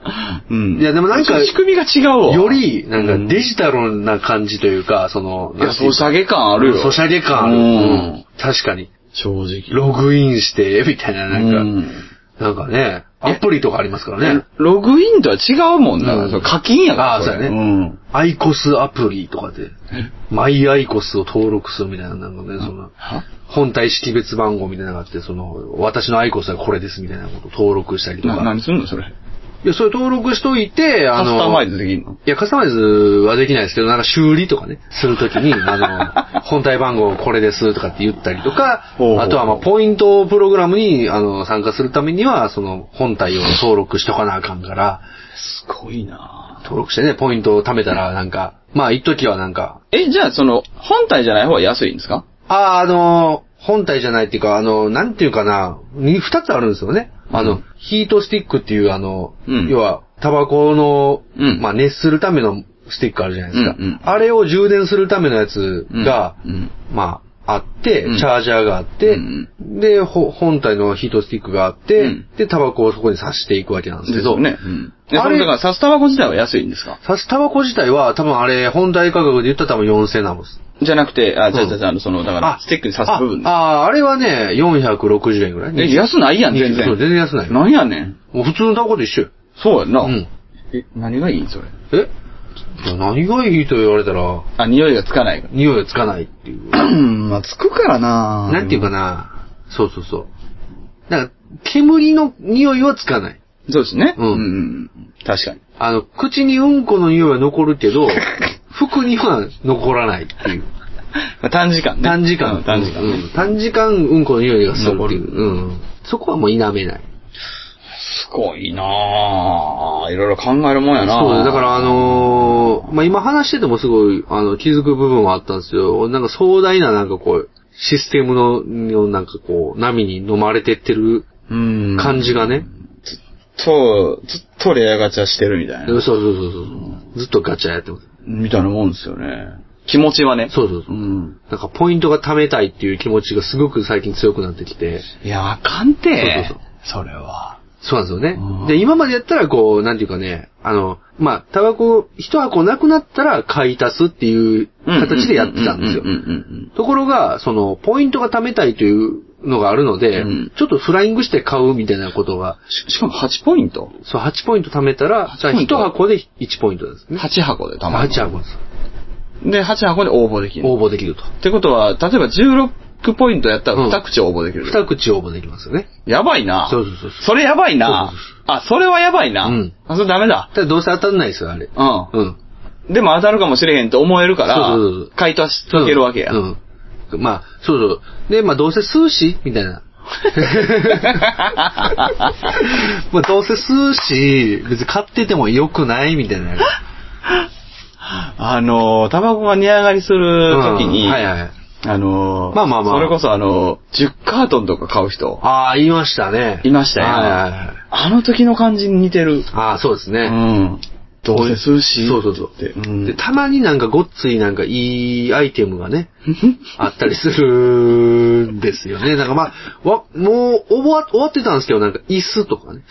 うん。いやでもなんか仕組みが違うわ。より、なんうかデジタルな感じというか、その、いや、なんていうソかシャゲ感あるよ。ソシャゲ感ある。ううんん。確かに。正直。ログインして、 みたいな、なうんか、んなんかね、アプリとかありますからね。ログインとは違うもんだかうら。んそれ課金やから。あーれそうやねん。アイコスアプリとかで、マイアイコスを登録するみたいな、なんかね、その、本体識別番号みたいなのがあって、その、私のアイコスはこれですみたいなことを登録したりとなか。何すんのそれ。いや、それ登録しといて、あカの、スタマイズできんのいや、カスタマイズはできないですけど、なんか修理とか ね、するときに、あの、本体番号これですとかって言ったりとか、ほうほうあとは、まあ、ポイントプログラムに、あの、参加するためには、その、本体を登録しとかなあかんから、すごいな登録してね、ポイントを貯めたら、なんか、まあ、一時はなんか、え、じゃあその、本体じゃない方が安いんですかああ、あのー本体じゃないっていうか、あのーなんていうかな、に二つあるんですよね。あの、うんヒートスティックっていう、あの、うん要は、タバコの、うんまあ、熱するためのスティックあるじゃないですか。うんうんあれを充電するためのやつが、うんまあ、あって、うんチャージャーがあっうて、んで、ほ本体のヒートスティックがあって、うんで、タバコをそこに刺していくわけなんですでけすよど、ね。うん。え、そあれれだから、サスタバコ自体は安いんですか刺すタバコ自体は、多分あれ、本体価格で言ったら多分4000なんです。じゃなくて、あ、んじゃあじゃあじゃああの、その、だからあ、スティックに刺す部分ね。ああー、あれはね、460円ぐらい。え、安ないやん、全そう然。全然安ないなんやねん。もう普通のタバコと一緒よ。そうやんな。うんえ、何がいいそれ。えいや何がいいと言われたら、あ、匂いがつかないか匂いがつかないっていう。ら。 まあ、つくからななんていうか。なそうそうそう。なんか、煙の匂いはつかない。そうですね。うんん。確かに。あの、口にうんこの匂いは残る けど、服には残らないっていう。まあ短時間ね。短時間。うん短時間うんね。短時間うんこの匂いがするっていう。残うん。そこはもう否めない。すごいなぁ。いろいろ考えるもんやなぁ。そう、だからあのーまあ、今話しててもすごい、あの、気づく部分はあったんですよ。なんか壮大ななんかこう、システムの、のなんかこう、波に飲まれてってるうん。感じがね。そう、ずっとレアガチャしてるみたいそうな。そうそうそう。ずっとガチャやってます。みたいなもんですよね。気持ちはね。そうそうそうう。ん。なんかポイントが貯めたいっていう気持ちがすごく最近強くなってきて。いや、あかんて。そうそうそれは。そうなんですようねん。で、今までやったらこう、なんていうかね、あの、まあ、タバコ、一箱なくなったら買い足すっていう形でやってたんですよう。んところが、その、ポイントが貯めたいというのがあるので、うんちょっとフライングして買うみたいなことが、ししかも8ポイントそう、8ポイント貯めたら、 8ポイント1箱で1ポイントですね。 ?8 箱でたま8る箱です。で、8箱で応募できる。応募できると。ってことは、例えば16ポイントやったらうん2口応募できる。 2口応募できますよね。やばいな。そうそうそうそうそれやばいな。あ、それはやばいな。うんあ、それダメだ。ただどうせ当たんないですよ、あれ。うん。うん。でも当たるかもしれへんと思えるからそうそうそう、回答し続けるわけや。うん。うんまあ、そうそう。で、まあ、どうせ数しみた いな。まあ、どうせ数し別に買ってても良くないみたいな。あのー、タバコが値上がりするときに、うんはいはい。あのー、まあまあまあそれこそあのー、10カートンとか買う人、ああ、言いましたね。いましたよ。はいはいはい。あの時の感じに似てる。ああ、そうですね。うん。どうせ数し。そうそうそうって。で、たまになんかごっついなんかいいアイテム がね、あったりするんですよね。なんかまあ、わ、もう終わ終わってたんですけど、なんか椅子とかね、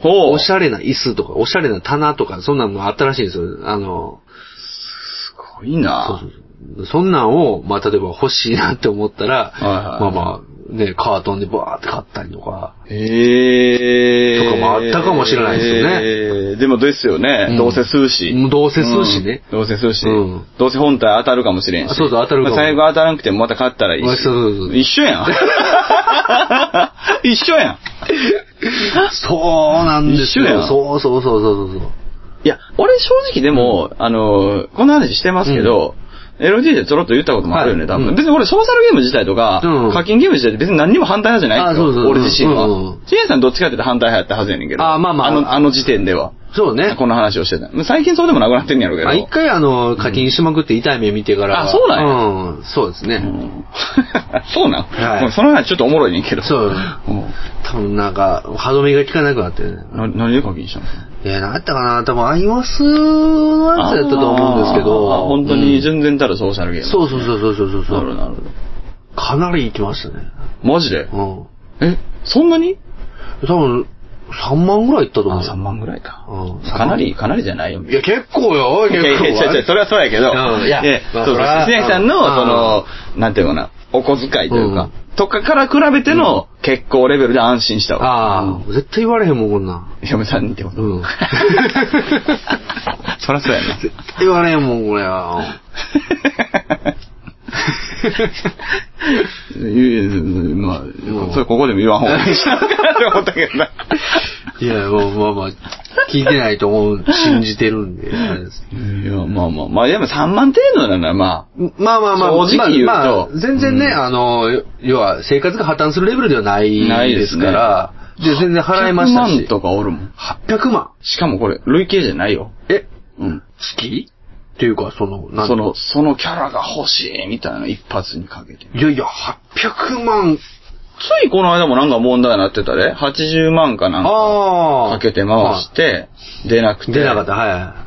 ほう。おしゃれな椅子とか、おしゃれな棚とか、そんなのがあったらしいんですよ。あの、すごいなそうそうそうそんなんを、まあ例えば欲しいなって思ったら、はいはいまあまあ、ね、カートンでバーって買ったりとか、へえ。とかもあったかもしれないですよねよね。でもですよね、うんどうせ数し。うんどうせ数しねうんどうせ数し、うんどうせ本体当たるかもしれんし。あそうそう当たるかもまあ最後当たらなくてもまた買ったらいいまあし。そうそうそう一緒 やん。一緒やん。そうなんです一緒やよ。んそうそうそうそうそうそう。いや、俺正直でも、あの、この話してますけど、LG でちょろっと言ったこともあるよね、は多い分。うん別に俺、ソーシャルゲーム自体とか、うん課金ゲーム自体って別に何にも反対派じゃないんですよ。あそうそう俺自身は。うジんうんうんェイさんどっちかって言ったら反対派やったはずやねんけど。あまあまあの、あの時点では。そうね。この話をしてた。最近そうでもなくなってんやろうけど。あ、一回あの、課金しまくって痛い目見てから。あそうなんやうん、そうですね。うん そうなん、はいもうその話ちょっとおもろいねんけど。そううん。多分なんか、歯止めが効かなくなってね。な何で課金したのいや、なんやったかな多分アイマスのやつやったと思うんですけあーど。本当にうん純然たるソーシャルゲーム。そうそうそうそうそうそうそなるほどう。なるほど。かなり行きましたね。マジでうん。多え、そんなに分、3万ぐらい行ったと思う。 3万ぐらいか。うんかなり、かなりじゃないよ。いや、結構よ、い結や構。いやいや違う違うそれはそうやけど、うんいやまあそうそそう、れは石崎さんの、うんその、なんていうのかな、お小遣いといううかん、とかから比べての結構レベルで安心したわ。ああ、絶対言われへんもん、こんなん。嫁さんにってこと。 うんそらそうや な。絶対言われへんもん、これは。まあ、それここでも言わん方がいいしなって思ったけどな。いや、まあまあまあ、聞いてないと思う、信じてるんで、あれですけいや、まあまあ、まあでも3万程度ならまどまあまあまあ、正直言うとまあまあ全然ね、うんあの、よ要は生活が破綻するレベルではないないでですすから、で全然あ、払いました100万し。とかおるもん。 100万しかもこれ、累計じゃないよ。え、うん。月っていうか、その、なんその、そのキャラが欲しいみたいな一発にかけて。いやいや、800万、ついこの間もなんか問題になってたで、80万かなんかああ。かけて回し。て、出なくて。出なかった、はい。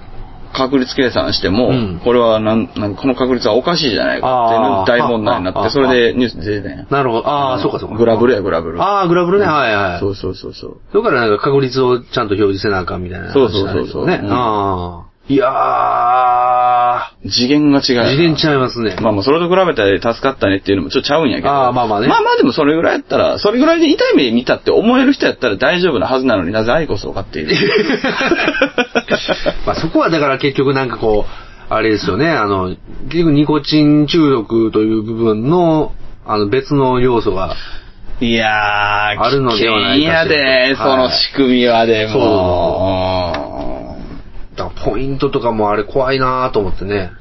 確率計算しても、うんこれはなん、なんこの確率はおかしいじゃないかっていう大問題になあーって、あーそれでニュース出てたんや。なるほど。ああ、そうかそうか。グラブルや、グラブル。ああ、グラブルね、はいはい。そうそうそうそう。だからなんか確率をちゃんと表示せなあかんみたいな話そうそうなんですよそうね。そううんああ。いや次元が違うよー、な。次元ちゃいますね。まあまあ、それと比べたら助かったねっていうのもちょっとちゃうんやけど。あーまあまあねまあまあでもそれぐらいやったら、それぐらいで痛い目で見たって思える人やったら大丈夫なはずなのになぜアイコスを買ってい る まあそこはだから結局なんかこう、あれですよね、あの、結局ニコチン中毒という部分の、あの別の要素が、いやー、あるのではないかやしらとで、その仕組みはでそうも。うんだからポイントとかもあれ怖いなーと思ってね。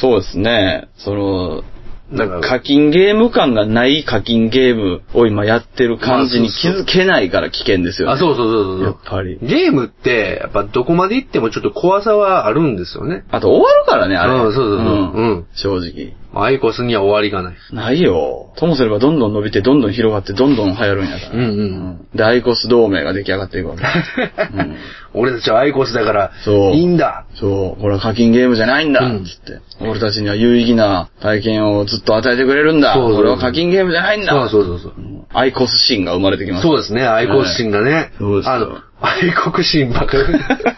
そうですね。その、だから課金ゲーム感がない課金ゲームを今やってる感じに気づけないから危険ですよ、ね。あ、そうそうそうそう。やっぱりゲームって、やっぱどこまで行ってもちょっと怖さはあるんですよね。あと終わるからね、あれ。うんそうそうそうんうん正直。アイコスには終わりがない。ないよ。ともすればどんどん伸びて、どんどん広がって、どんどん流行るんやから。うんうんで、アイコス同盟が出来上がっていくわけ。うん俺たちはアイコスだから、そういいんだ。そう、これは課金ゲームじゃないんだ、うんつって。俺たちには有意義な体験をずっと与えてくれるんだ。そうそうそうこれは課金ゲームじゃないんだ。そうそうそうそう。アイコスシーンが生まれてきます。そうですね、愛国心がね。そうですよあの、愛国心ばっかり。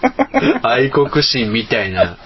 愛国心みたいな。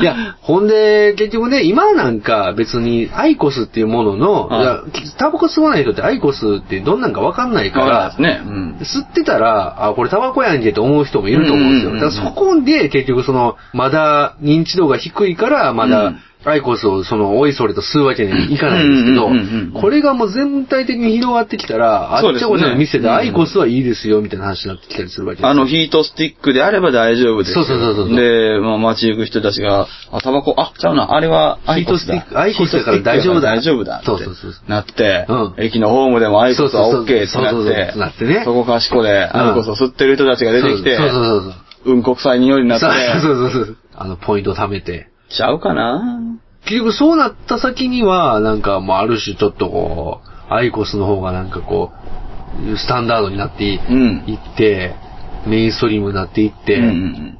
いや、ほんで、結局ね、今なんか別にアイコスっていうものの、はいいやタバコ吸わない人ってアイコスってどんなんかわかんないかだからら、ですね。うん。吸ってたら、あ、これタバコやんけと思う人もいると思うんですよ。うんうんうんうんだからそこで結局その、まだ認知度が低いから、まうだん、アイコスをその、おいそれと吸うわけにいかないんですけうんうんうんうんうどん、これがもう全体的に広がってきたら、あっちゃこっちゃの店そうですでねアイコスはいいですよ、みたいな話になってきたりするわけですよあの、ヒートスティックであれば大丈夫ですよ。そうそうそうそうで、まあ、街行く人たちが、あ、タバコ、あ、ちゃうな、あれはアイコスだ。ヒートスティックアイコスだから大丈夫だヒートスティックだから大丈夫だ。そうってそうそうそうなって、うん駅のホームでもアイコスはそうそうそ OK うってそうそうなって、そうなってねそこかしこでアイコスを吸ってる人たちが出てきて、そうそうそうそう。うんこ臭い匂いになって、そうそうそうそう。あの、ポイントを貯めて。ちゃうかな結局そうなった先には、なんかもうある種ちょっとこう、アイコスの方がなんかこう、スタンダードになってい,、うんって、メインストリームになっていって、うんうんう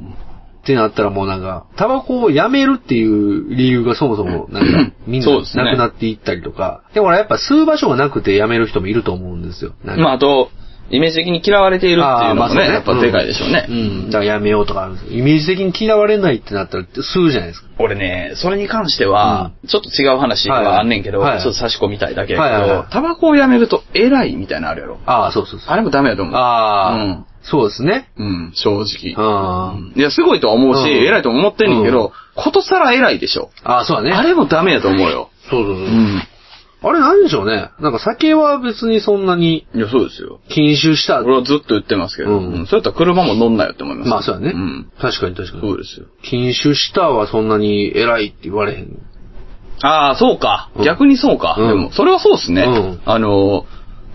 んってなったらもうなんか、タバコをやめるっていう理由がそもそも なんか、みんそうですねななくなっていったりとか、でもほらやっぱ吸う場所がなくてやめる人もいると思うんですよ。なんかまあ、あと、イメージ的に嫌われているっていうのもね、やっぱでかいでしょうね。うん。うんだからやめようとかあるんですよイメージ的に嫌われないってなったら吸うじゃないですか。俺ね、それに関しては、ちょっと違う話ではあんねんけど、はいはいちょっと差し込みたいだけやけど、はいはいはいタバコをやめると偉いみたいなのあるやろ。ああ、そうそうそう。あれもダメやと思う。ああ、うんそうですね。うん、正直。あいや、すごいとは思うし、うん偉いと思ってんねんけど、ことさら偉いでしょ。あ、そうだね。あれもダメやと思うよ。そうそうそうう。ん。あれなんでしょうね。なんか酒は別にそんなにいや、そうですよ。禁酒した。俺はずっと言ってますけど、ううんんそうやったら車も乗んなよって思います。まあそうだね、うん。確かに確かそに。うですよ。禁酒したはそんなに偉いって言われへん。ああ、そうか。うん逆にそうか。うんでも、それはそうですね。うんあの、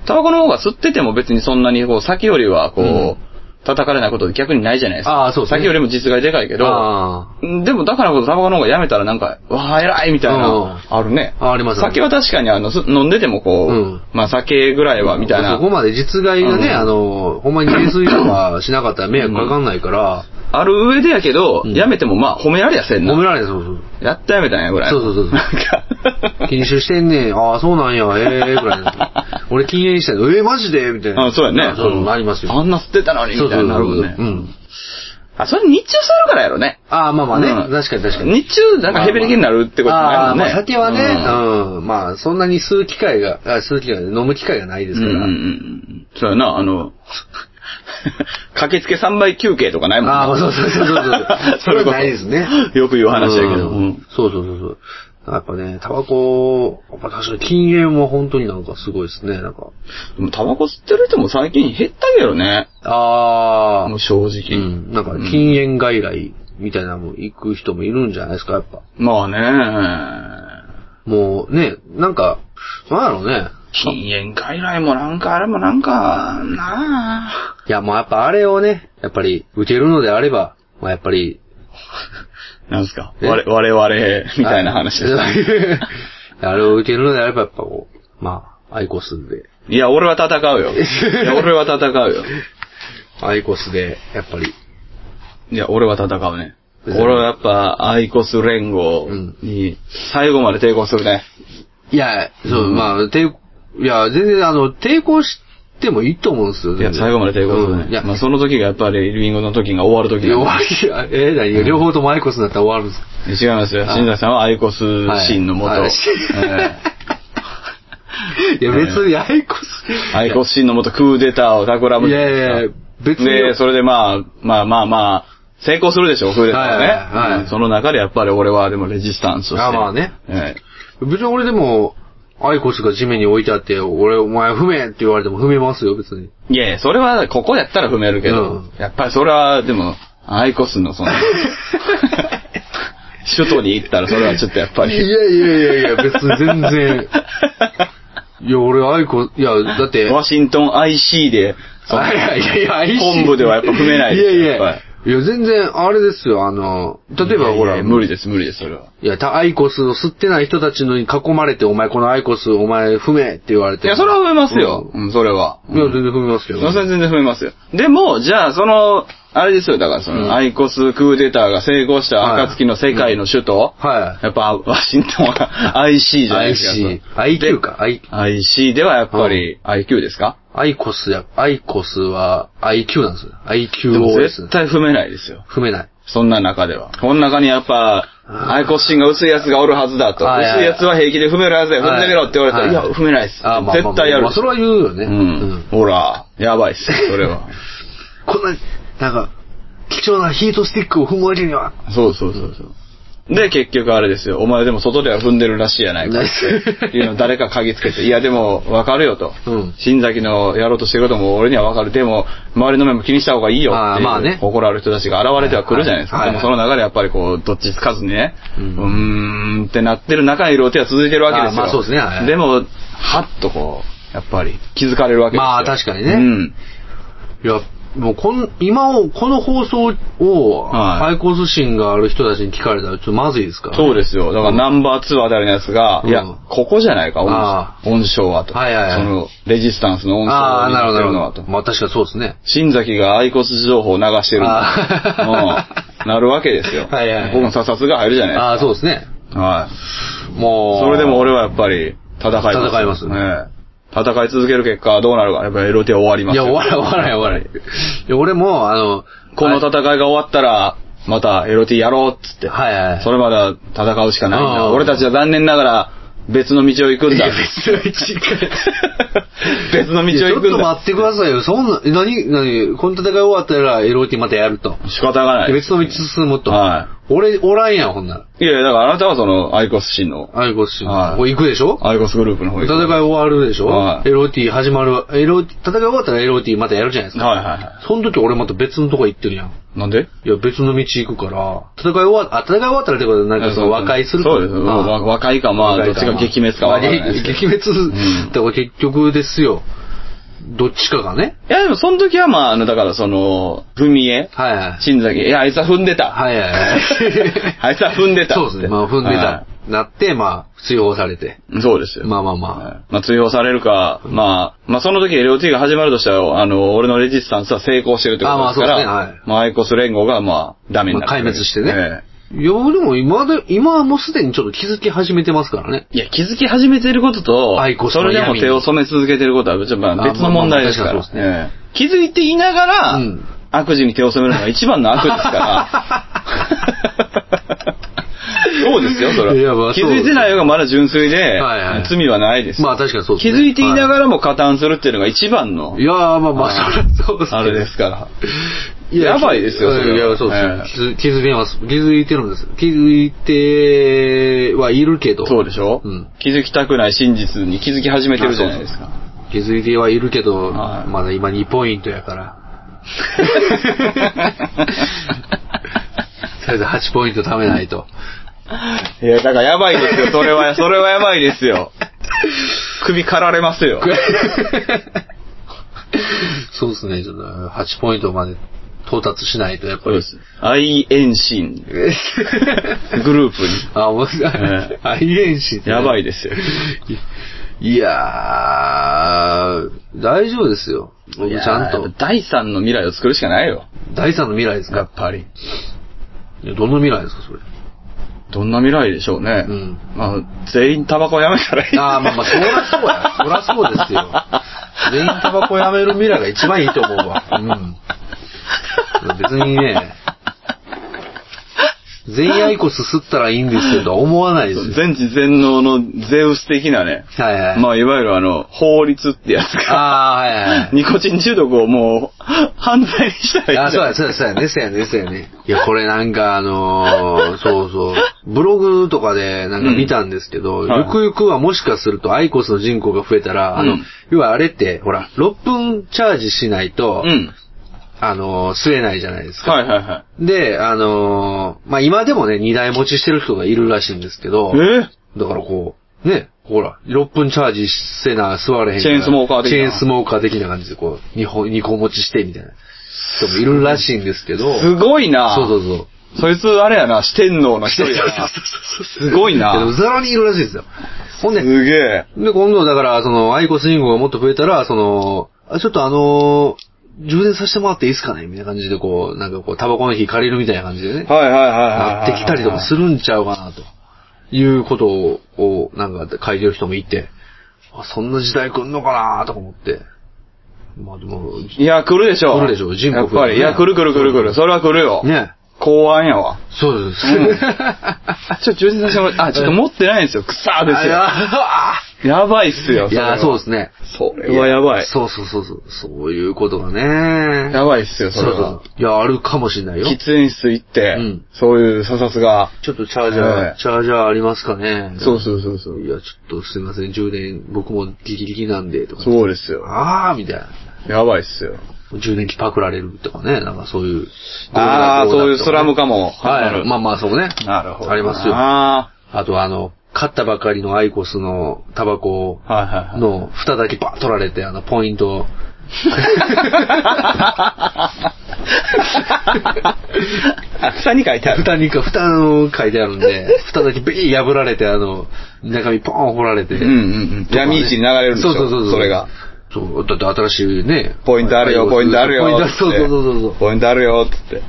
タバコの方が吸ってても別にそんなに、こう、先よりは、こう、うん叩かれないことで逆にないじゃないですか。あーそうですね先よりも実害でかいけど、あでもだからこそタバコの方がやめたらなんか、わあ、偉いみたいな、うんあるね。ああります酒は確かに、あの、す飲んでてもこう、うんまあ酒ぐらいあ。は、みたいなそ、こまで実害がね、うんあの、ほんまに泥酔とかしなかったら迷惑かかんないから、ある上でやけど、うんやめてもまあ褒められやせん揉な。められないそうそう。やっとやめたんやぐらい。そうそうそうそうなんか禁酒してんねん。ああ、そうなんや。ええぐらい な。俺禁煙したんええマジでみたいな。あそうやね。そう、ありますよ。あんな吸ってたのに、みたいになるもんね。うん。あ、それ日中されるからやろね。ああ、まあまあね。うん確かに確かに。日中、なんかヘベレケになるってことないもんね。ああまあ酒はね、うんうん、まあ、そんなに吸う機会が、あ吸う機会が、飲む機会がないですうんかうら。んうんうん。そうやな、あの、 駆けつけ3倍休憩とかないもんねああ、まあそうそうそうそうそう。 それこそないですね。よく言う話やけど。ううんんそうそうそうそう。やっぱね、タバコ、やっぱ確かに禁煙は本当になんかすごいですね、なんか。でもタバコ吸ってる人も最近減ったけどね。ああもう、正う直。ん、なんか禁煙外来みたいなのも行く人もいるんじゃないですか、やっぱ。まあね。もうね、なんか、なんだろうね。禁煙外来もなんか、あれもなんか、なあ。いや、もうやっぱあれをね、やっぱり受けるのであれば、まあやっぱりなんすかえ我我々、みたいな話です。 ああれを受けるのであれば、やっぱこう、まあ、アイコスで、いや、俺は戦う よ。いや、俺は戦うよ。アイコスで、やっぱり、いや、俺は戦うね。ですね俺はやっぱ、アイコス連合に、最後まで抵抗するね。いや、そう、まあ、抵抗、いや、全然、あの、抵抗してもいいと思うんですよ。いや、全然最後まで抵抗するうね。んいや、まあ、その時がやっぱり、リビングの時が終わる時いやなん終でわりや、えー、何両方ともアイコスになったら終わるんですか違いますよ。新崎さんはアイコスシーンのもと。はいえいや、別にアイコえス。アイコスシーンのもとクーデターを企むいじゃなやいですかやいや、別に。で、それでまあ、まあまあまあ、成功するでしょ、クーデターはね。はいはいはいうんその中でやっぱり俺はでもレジスタンスをして。あまあねええ別に俺でも、アイコスが地面に置いてあって、俺、お前踏めって言われても踏めますよ、別に。いやいや、それは、ここやったら踏めるけど、うん やっぱりそれは、でも、アイコスのその、首都に行ったらそれはちょっとやっぱいり。やいやいやいや、別に全然。いや、俺、愛子、いや、だって、ワシントン IC で、そのいやいやいや、愛し本部ではやっぱ踏めないいですやよいやっやぱ、いや、全然、あれですよ、あの、例えばほいやいやら、無理です、無理です、それは。いや、たアイコスを吸ってない人たちのに囲まれて、お前このアイコス、お前踏めって言われいて。や、それは踏めますよ。うん、それは。うん。いや、全然踏めますけど。それは全然踏めますよ。でも、じゃあ、その、あれですよ、だからそうの、んアイコスクーデターが成功した暁の世界の首都、はやっぱ、ワシントンは IC じゃないですか。 IC IQ か I- IC ではやっぱり IQ ですかい。アイコスや、アイコスは IQ なんですよ。でも IQOS。絶対踏めないですよ。踏めない。そんな中では。この中にやっぱ、うんアイコス心が薄い奴がおるはずだと。はいはい薄い奴は平気で踏めるはずだよ。踏んでみろって言われたら、はいや、踏めないです。あまあまあ絶対やるまあ、。それは言うよね。うん。。ほら、やばいっす、それは。こんな、なんか、貴重なヒートスティックを踏むわけには。そうそうそうそう。で、結局あれですよ。お前でも外では踏んでるらしいやないかっていうのを誰か嗅ぎつけて、いやでもわかるよと。うん新崎のやろうとしてることも俺にはわかる。でも、周りの目も気にした方がいいよあーっていうまあね怒られる人たちが現れてはくるじゃないですか。はいではいもその中でやっぱりこう、どっちつかずにね、ううんーんってなってる中にいるお手は続いてるわけですよ。あーまあそうですねはいでも、はっとこう、やっぱり気づかれるわけですよ。まあ確かにねうん。いや、もうこん、今を、この放送を、はいアイコス心がある人たちに聞かれたらちょっとまずいですから、そうですよ。だからナンバー2あたりのやつが、うんいや、ここじゃないか、あ音音章はと。はいはいはそいの、レジスタンスの音あ章あ、にななるほってるど。のはと。まあ確かにそうですね。新崎がアイコス情報を流してるのあうんなるわけですよ。 はいはいはいここの査察が入るじゃあないあ、そうですね。ですか。はい。もう。それでも俺はやっぱり戦います。戦いますねね戦い続ける結果どうなるか。やっぱりエロテは終わりまいすや、よ。終わらん終わらん終わらんいや、俺も、あの、この戦いが終わったら、またエロテやろうっつって。はいはい。それまでは戦うしかないんだ。うん俺たちは残念ながら別の道を行くんだ。別の道行 別の道をいや行くんだ。ちょっと待ってくださいよ。そんな、何、何、この戦い終わったら LOT またやると。仕方がない。別の道進むと。は俺、おらんやん、ほんなら。い。いや、だからあなたはその、アイコス神の、アイコス心。はいこれ行くでしょアイコスグループの方行く。戦いはい終わるでしょはい ?LOT 始まるわ、LOT、戦い終わったら LOT またやるじゃないですか。はいはその時俺また別のとこ行ってるやん。い。なんでいや、別の道行くから、戦い終わった、あ、戦い終わったらってことは、なんかその和解するそうです。あわ和和解か、まあ、どっちが撃滅かわからないですけど。激滅、んだから結局ですよ。どっちかがね。いや、でもその時はまあ、あの、だからその、踏み絵、はいはい。新崎、いや、あいつは踏んでた。はいはいはい。あいつは踏んでた。 そうですね。まあ踏んではた。なって、まあ、追放されて。い。そうですよ。まあまあまあ。まあ、追放されるか、まあ、まあ、その時 LOT が始まるとしたら、あの、俺のレジスタンスは成功してるってことですから、あまあそうですねはいまあアイコス連合が、まあ、ダメになってまある壊滅してねえいや、でも今で、今はもうすでにちょっと気づき始めてますからね。えいや、気づき始めてることとアイコ、スそのれ闇でもに手を染め続けてることは、ちょっとまあ別のあまあまあ問題ですから。確かにそうええ気づいていながら、うん悪事に手を染めるのが一番の悪ですから。そうですよ、それは。いやまあ気そうづいてない方がまだ純粋で、はいはい罪はないですよ。まあ確かにそうです気ね。づいていなはがらも加担するっていうのが一番のい。いやー、まあまあ、そはりいゃそうですけどあれですから。いやばいですよそれはいや、そうええですよ。気づ気づいてます。気づいてるんです。気づいてはいるけど。そうでしょ、うん気づきたくない真実に気づき始めてるじゃないですか。気づいてはいるけど、はいまだ今2ポイントや から。とりあえず8ポイント貯めないと。 いや、だからやばいですよ。それは、 それはやばいですよ。首刈られますよ。 そうですね、ちょっと8ポイントまで到達しないと、やっぱそう り。です。愛縁心。グループに。あ、面白えい。愛媛心やばいでで。すよ。いやー、大丈夫ですよ。僕ちゃんいやとー。第三の未来を作るしかないよ。第三の未来ですやかっぱり。いやどの未来ですか、それ。どんな未来でしょうね。うんまあ、全員タバコやめたらいい。 ああ、まあまあ、そらそうや。そらそうですよ。全員タバコやめる未来が一番いいと思うわ。うん。別にね、全員アイコス吸ったらいいんですけど、思わないですよ。 全知全能のゼウス的なね。はいはい。まあ、いわゆるあの、法律ってやつが、ああ、はいは い。ニコチン中毒をもう、犯罪にしたらいいんあ、だそうや、そうや、そうやね、そうやね、そうやね。いや、これなんかあのー、そうそう、ブログとかでなんか見たんですけど、うんはいゆくゆくはもしかするとアイコスの人口が増えたら、あの、うん要はあれって、ほら、6分チャージしないと、うん。あの、吸えないじゃないですか。はいはいはで、あのーまあ、今でもね、二台持ちしてる人がいるらしいんですけど、い。だからこう、ね、ほら、6分チャージせな、座れへんからチェーンスモーカー的なチェーンスモーカー的な感じで、こう、2本、二個持ちして、みたいな人もいるらしいんですけど、えすごいなそうそうそう。そいつ、あれやな、四天王の一人やな。すごいけどな。ザ ラにいるらしいですよ。ほんで、すげえ。で、今度、だから、その、アイコスイングがもっと増えたら、その、あちょっとあのー充電させてもらっていいですかねみたいな感じで、こう、なんかこう、タバコの火借りるみたいな感じでね、はいはいはいはい。なってきたりとかする。るんちゃうかな、ということを、をなんか書いてる人もいて、あそんな時代来んのかな、とか思って。まあでも、いや、来るでしょ。来るでしょ人口やっぱり。いや、来る来る来る来る。それは来るよ。ね。公安やわ。そうです。うんちょ、充電させてもらって、あ、ちょっと持ってないんですよ。くさーですよ。あやばいっすよ。。いや、そうですすね。それはやばい。そうそうそうそう。そういうことがね。やばいっすよ、そそうれそはう。。いや、あるかもしれないよ。喫煙室行ってうん、そういう査察が。ちょっとチャージャー、はいチャージャーありますかね。そうそうそうそう。いや、ちょっとすいません、充電、僕もギリギリなんで、とか。そうですよ。あー、みたいな。やばいっすよ。充電器パクられるとかね、なんかそういう。あーどだそういうどだとかねスラムかもはい。まあまあ、そうね。なるほど。ありますよ。ああとあの、買ったばかりのアイコスのタバコをーはいはいはい。の蓋だけバーン取られて、あの、ポイントを。あ、 蓋に書いてある。蓋にか、蓋の書いてある んで、蓋だけビーン破られて、あの、中身ポーン掘られて。うんうんうん。闇市に流れるんでしょ。そうそうそうそう。それが。。そう、だって新しいね。ポイントあるよ、ポイントあるよ。ポイントあつるってそうそうそうそうそう。ポイントあるよ、つって。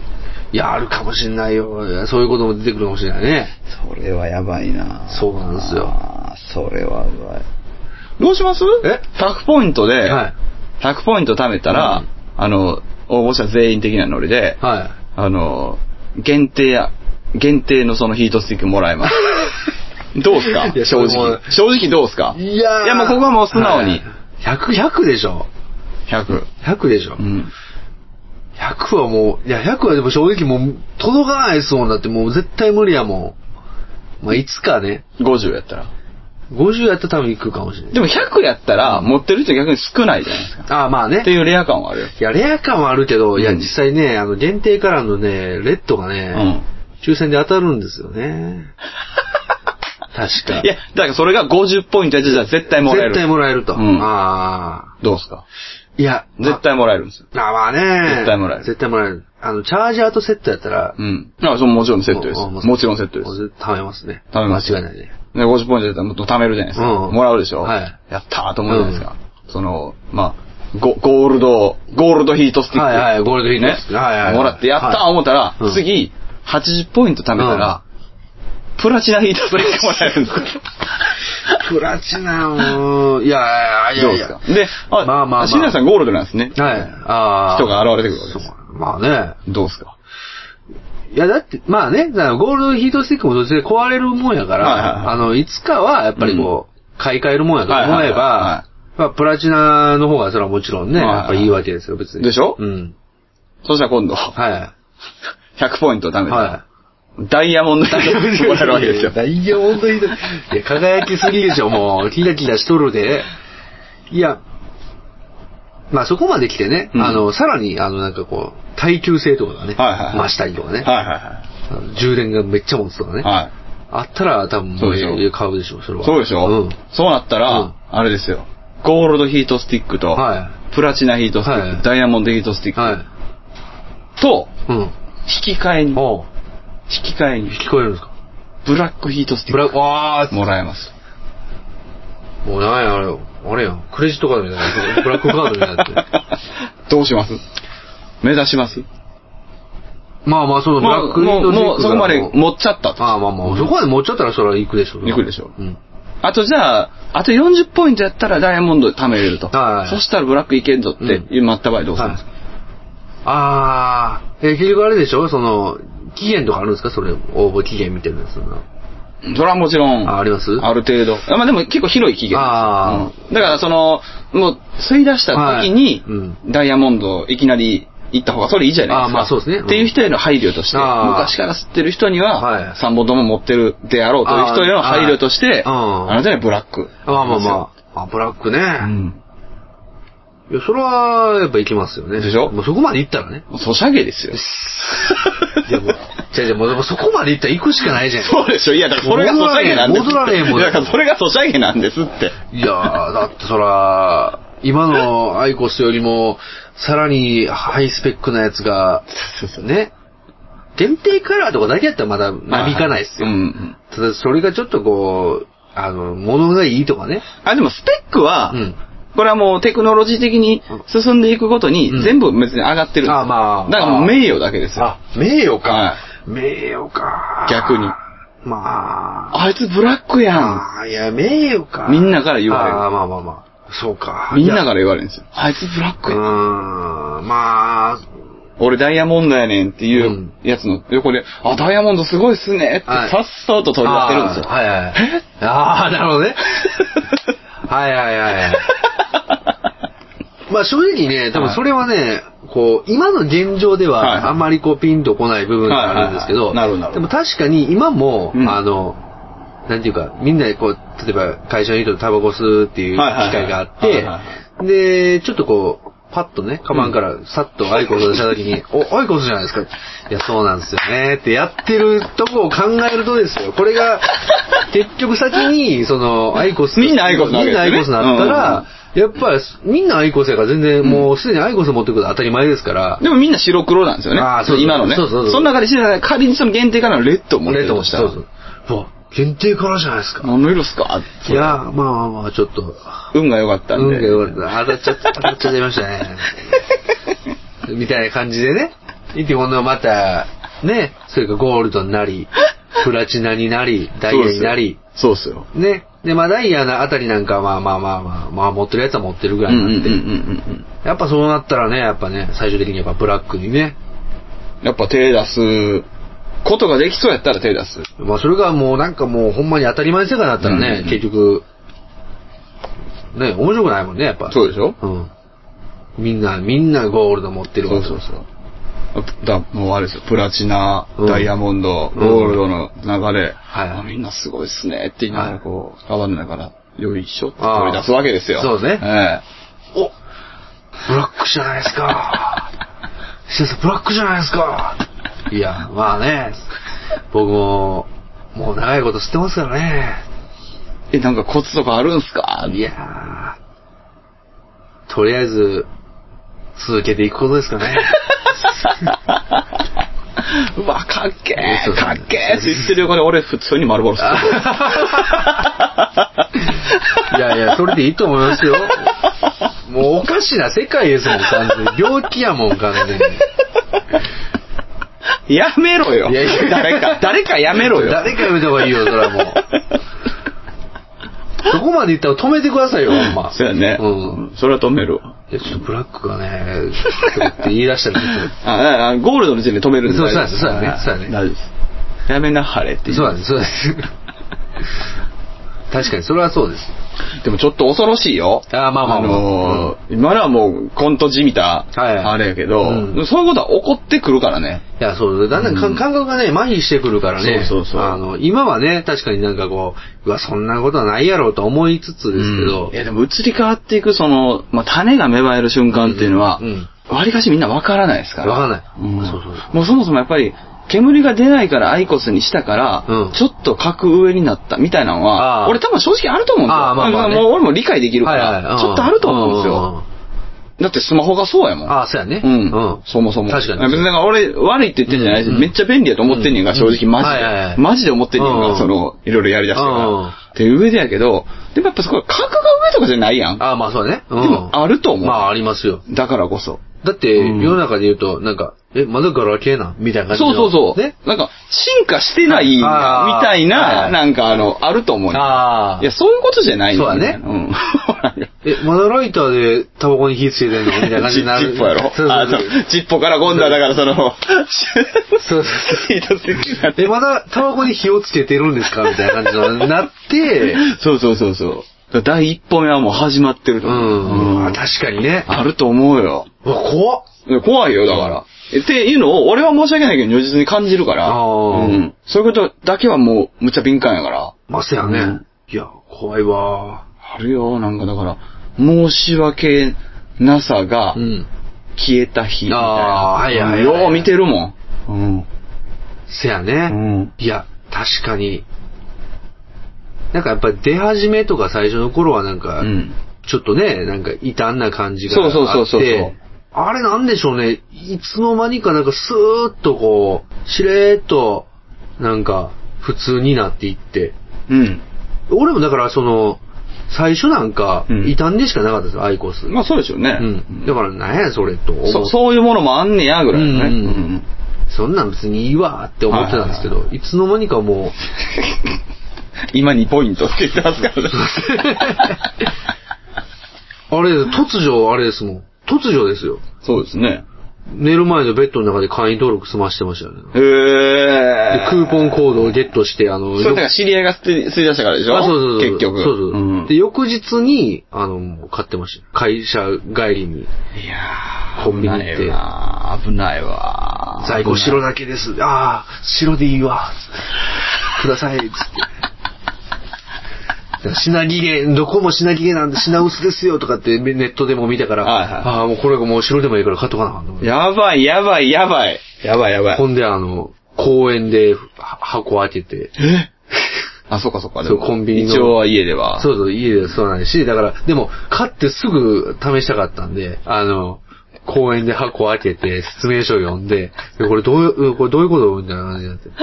いや、あるかもしんないよ。いやそういうことも出てくるかもしれないね。それはやばいなそうなんですよあーそれはやばい。どうしますえ ?100 ポイントで、はい100ポイント貯めたら、うんあの、応募者全員的なノリで、はあの、限定や、限定のそのヒートスティックもらえ ます。どうすかい正やそれも直。正直どうすかい。いやーいや、もうここはもう素直に。 100、100でしょ。 100。 100でしょう。ん。 100はもう、いや、100はでも正直もう、届かないですもん。だってもう絶対無理やもん。まあ、いつかね。 50やったら。 50やったら多分行くかもしれない。でも100やったら、持ってる人逆に少ないじゃないですか。ああ、まあねって。いうレア感はあるよ。いや、レア感はあるけど、いや、うん実際ね、あの、限定カラーのね、レッドがうねん、。抽選で当たるんですよ ね。確か。いや、だからそれが50ポイントやったら絶対もらえる。絶対もらえると。うんああ。どうですかいや、ま絶。対もらえるんですよ。あまあね。絶対もらえる絶対もらえる。あの、チャージャーとセットやったら、うん。あ、そう、もちろんセットですああ。もちろんセットです。す。食べますね。貯めます間違いないね。で、50ポイントだったらもっと貯めるじゃないですか。うんもらうでしょはいやったーと思うじゃないですか。その、まあ、ゴゴールド、ゴールドヒートスティック。はいはいゴールドヒートスティックねはいはいはいもらって、やったー思ったら、はいうん次、80ポイント貯めたら、プラチナヒートスティックもらえるんですよ。プラチナも、いやいやいどうやでいすや。かで、まあまあまあシさんゴールドなんですね。はい。ああ。人が現れてくるわけそですう。まあね。どうですかいや、だって、まあね、だからゴールドヒートスティックもどっちで壊れるもんやから、はいはいはいあの、いつかはやっぱりこう、買い替えるもんやと思えば、はいはいはいはまあ、プラチナの方がそれはもちろんね、はいはいやっぱいいわけですよ、別に。でしょうん。そしたら今度、は100ポイント貯い。めたらは、ダイヤモンドヒーい。トスティックもらえるわけですよ。ダイヤモンドヒートいや、輝きすぎでしょ、もう。キラキラしとるで。いや、まあそこまで来てね、うんあの、さらに、あの、なんかこう、耐久性とかがね、はいはいはい増したりとかね、はいはいあの充電がめっちゃ持つとかね。はい。はい。あったら多分もそううでしょえ買うでしょ、それは。そうでしょ、うん。そうなったら、うんあれですよ。ゴールドヒートスティックと、はプラチナヒートスティック、はいダイヤモンドヒートスティい。ック、はい。と、うん。引き換えに、引おうき換えに、聞こえるんですかブラックヒートスティブラッック、わクもらえます。ーもうなんや、あれよ。あれやん。クレジットカードみたいな。ブラックカードみたいになってる。どうします目指します まあまあ、そのブまラあックヒもートう、シもうそこまでックがもう持っちゃったと。ああまあまあ、そこまで持っちゃったらそれは行くでしょ。行くでしょうん。あとじゃあ、あと40ポイントやったらダイヤモンド貯めれると。はいそしたらブラックいけんぞって、うん今った場合どうするんですか、ああ、え、結局あれでしょその、期限とかあるんですかそれ、応募期限みたいなやつの。それはもちろん。あありますある程度。あまあでも結構広い期限です。あうんだからその、もう、吸い出した時にはいうん、ダイヤモンドいきなり行った方がそれいいじゃないですか。あーまあそうですねうんっていう人への配慮として、あー昔から吸ってる人にはいは、3本とも持ってるであろうという人への配慮として、あーはいうんあなたにはブラック。あまあまあまあ。あ、ブラックね。うん。いや、それは、やっぱ行きますよね。でしょもうそこまで行ったらね。ソシャゲですよ。いや、もう、じゃあじゃあもうでもそこまで行ったら行くしかないじゃ ん。そうでしょいや、だからそれがソシャゲなんですって。戻られへんもいんやだからそれがソシャゲなんですって。いやー、だってそら、今のアイコスよりも、さらにハイスペックなやつが、ね。限定カラーとかだけやったらまだなびかないっすよ。うんうん。ただ、それがちょっとこう、あの、物がいいとかね。あ、でもスペックは、うんこれはもうテクノロジー的に進んでいくごとにうん全部別に上がってるんですよあまあだからもう名誉だけですよ。あ、名誉か。は名誉か。逆に。まあ。あいつブラックやん。あーいや、名誉か。みんなから言われるあーまあまあまあ。そうか。みんなが。から言われるんですよ。あいつブラッうクやん。ーん、まあ、俺ダイヤモンドやねんっていううんやつの横で、あ、ダイヤモンドすごいっすねってはいさっそうと取り出してるんですよ。あーはいはい。ああ、なるほ どね。はいはいはい。まあ正直ね、多分それはね、こう、今の現状ではいはあんまりこうピンとこない部分があるんですけど、はいはいはいなるほどなるほでども確かに今も、うんあの、なんていうか、みんなでこう、例えば会社の人とタバコ吸うっていう機はいはいはい会があっはいはて、で、ちょっとこう、パッとね、カバンからさっとアイコスを出した時 に、お、アイコスじゃないですか。いや、そうなんですよね。ってやってるとこを考えるとですよ。これが、結局先に、その、アイコス。みんなアイコスなわけみんですよなアねイコスになったうんうんらうん、やっぱり、みんなアイコスやから全然、もうすでにアイコス持ってくるのは当たり前ですから、 でもみんな白黒なんですよね。あーそうそう今のね。そうそうそうの中で知らない。仮にその限定からのレッドを持ってるとしたら。そうそう。うわ、限定からじゃないですか。何の色っすかいや、まあまあまあ、ちょっと、運が良かったんで。運が良かった。当たっちゃった、当たっちゃいまし たね。みたいな感じでね。いってものまた、ね、それがゴールドに なり、プラチナになり、ダイヤになり、そうですよ。ね。で、まあダイヤのあたりなんかはまあまあまあまあ、まあ持ってるやつは持ってるぐそうらでいすよなうんんうんうんで、うんやっぱそうなったらね、やっぱね、最終的にやっぱブラックにね。うん。やっぱ手出すことができそうやったら手出す。まあそれがもうなんかもうほんまに当たり前の世界だったらね、うん結局、ね、面白くないもんね、やっぱ。そうでしょうん。みんな、みんなゴールド持ってるそわうけそうそう。だもうあれですよ、プラチナ、うんダイヤモンド、うんゴールドの流れ、はいあみんなすごいっすねって言いながはらいこう、カバンの中から、よいしょって取り出すわけですよ。あーそうねえおブラックじゃないです か。先生、ブラックじゃないですか。いや、まあね、僕も、もう長いこと知ってますからね。え。え、なんかコツとかあるんすかいやー、とりあえず、続けていくことですかね。うわ、かっけそうーそうかっけーって言ってる横で俺普通に丸ボールする。 いやいや、それでいいと思いますよ。もうおかしな世界ですもん、完全に。病気やもん、完全に。やめろよいやいや誰か、誰かやめろよ誰かやめた方がいいよ、それはもう。そこまで言ったら止めてくださいよ、ほんま。そうやね。うん。それは止めるわ。いや、ちょっとブラックがね、ちょっとって言い出したらちょっああ、あゴールドの時点で止めるんでそう大丈夫ですそうやねそうやね大そうやね丈夫です。やめなはれってといそうなんです、そうなんです。確かに、それはそうです。でもちょっと恐ろしいよ。あーまあまあまあのー今のはもうコントじみた、はいあれやけど、うんそういうことは起こってくるからね。いや、そう、だんだんかうん感覚がね、麻痺してくるからね。そうそうそうあの、今はね、確かになんかこう、うわ、そんなことはないやろうと思いつつですけどうんい、やでも移り変わっていくその、まあ、種が芽生える瞬間っていうのはうんうん、わりかしみんなわからないですから。わかんないうんそうそうもうそもそもやっぱり、煙が出ないからアイコスにしたから、うんちょっと格上になったみたいなのは、あー俺多分正直あると思うんですよ。あーまあまあねもう俺も理解できるかはいはいらう、んちょっとあると思うんですんんよ。んだってスマホがそうやもん。ああ、そうやね。うん、そもそも。確かに。別になんか俺悪いって言ってんじゃないし、うんうんめっちゃ便利やと思ってんねんが、うん正直マジで、はいはいはいマジで思ってんねんが、うんその、いろいろやりだしてから。うんっていう上でやけど、でもやっぱそこは格が上とかじゃないやん。ああ、まあそうだね。うんでもあると思うまあありますよ。だからこそ。だって、うん世の中で言うと、なんか、え、まだガラケーなんみたいな感じその。うそうそう。ね。なんか、進化してないみあーたいはな、いなんかあの、あると思うよ。ああ。いや、そういうことじゃないそうだねうん。え、まだライターでタバコに火つけてんのみたいな感じちになち る。っぽやろそうあそうそうちっぽから今度はだからその、 そう。そうそうヒートテックになっそう。てえ、まだタバコに火をつけてるんですかみたいな感じのなって、 そうそうそうそう。だから第一歩目はもう始まってるうとん。思う。まあ確かにね。あると思うよ。うわ、怖っ。で怖いよ、だから。えっていうのを、俺は申し訳ないけど、如実に感じるから。うあーん。そういうことだけはもう、むっちゃ敏感やから。まあそうやうねん。いや、怖いわ。あるよ、なんかだから、申し訳 NASA がうん。消えた日みたいあーはいな。はいはいよう見てるもん。せやうね。ん。うん。いや、確かに。なんかやっぱり出始めとか最初の頃はなんか、うん。ちょっとね、なんか異端な感じがあそっうて。そうそうそうそうあれなんでしょうね。いつの間にかなんかスーッとこう、しれーっと、なんか、普通になっていって。うん。俺もだからその、最初なんかう、ん異端でしかなかったですよ、アイコス。まあそうでしょうね。うん。だから、なんやそれと思ってそそういうものもあんねや、ぐらいのね。うんうんうんそんなん別にいいわって思ってたんですけど、はいつの間にかも 今2ポイントって言ってます からね。う、あれ、突如、あれですもん。突如ですよ。そうですね。寝る前のベッドの中で会員登録済ましてましたよね。へでえ。クーポンコードをゲットして、あの、それだからよ知り合いが吸い吸い出したからでしょあそうそうそう結局。そうそう、うんで、翌日に、あの、もう買ってました。会社帰りに、いやー、コンビニ行危っなていわー。危ないわー。在庫白だけです。ああ、白でいいわ。ください。つって。品切れ、どこも品切れなんで品薄ですよとかってネットでも見たから、はいはいああ、もうこれがもう白でもいいから買っとかなあかんと思ってやばい、やばい、やばい。やばい、やばほい。んであの、公園では箱開けて、 あ、そうかそうか。でそうもコンビニの一応は家では。そうそう、家ではそうないし、だから、でも、買ってすぐ試したかったんで、あの、公園で箱開けて、説明書を読んで、でこれどういう、これどういうことみたいな感じになって。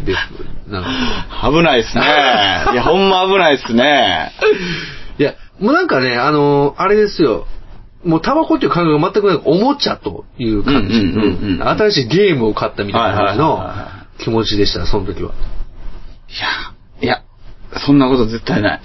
で、なんか、危ないっ すね。いや、ほんま危ないっすね。いや、もうなんかね、あの、あれですよ。もうタバコっていう感覚が全くなく、おもちゃという感うんうんじ。うんうん新しいゲームを買ったみたいな感じはいはいはいはの気持ちでした、その時は。いや、いや、そんなこと絶対ない。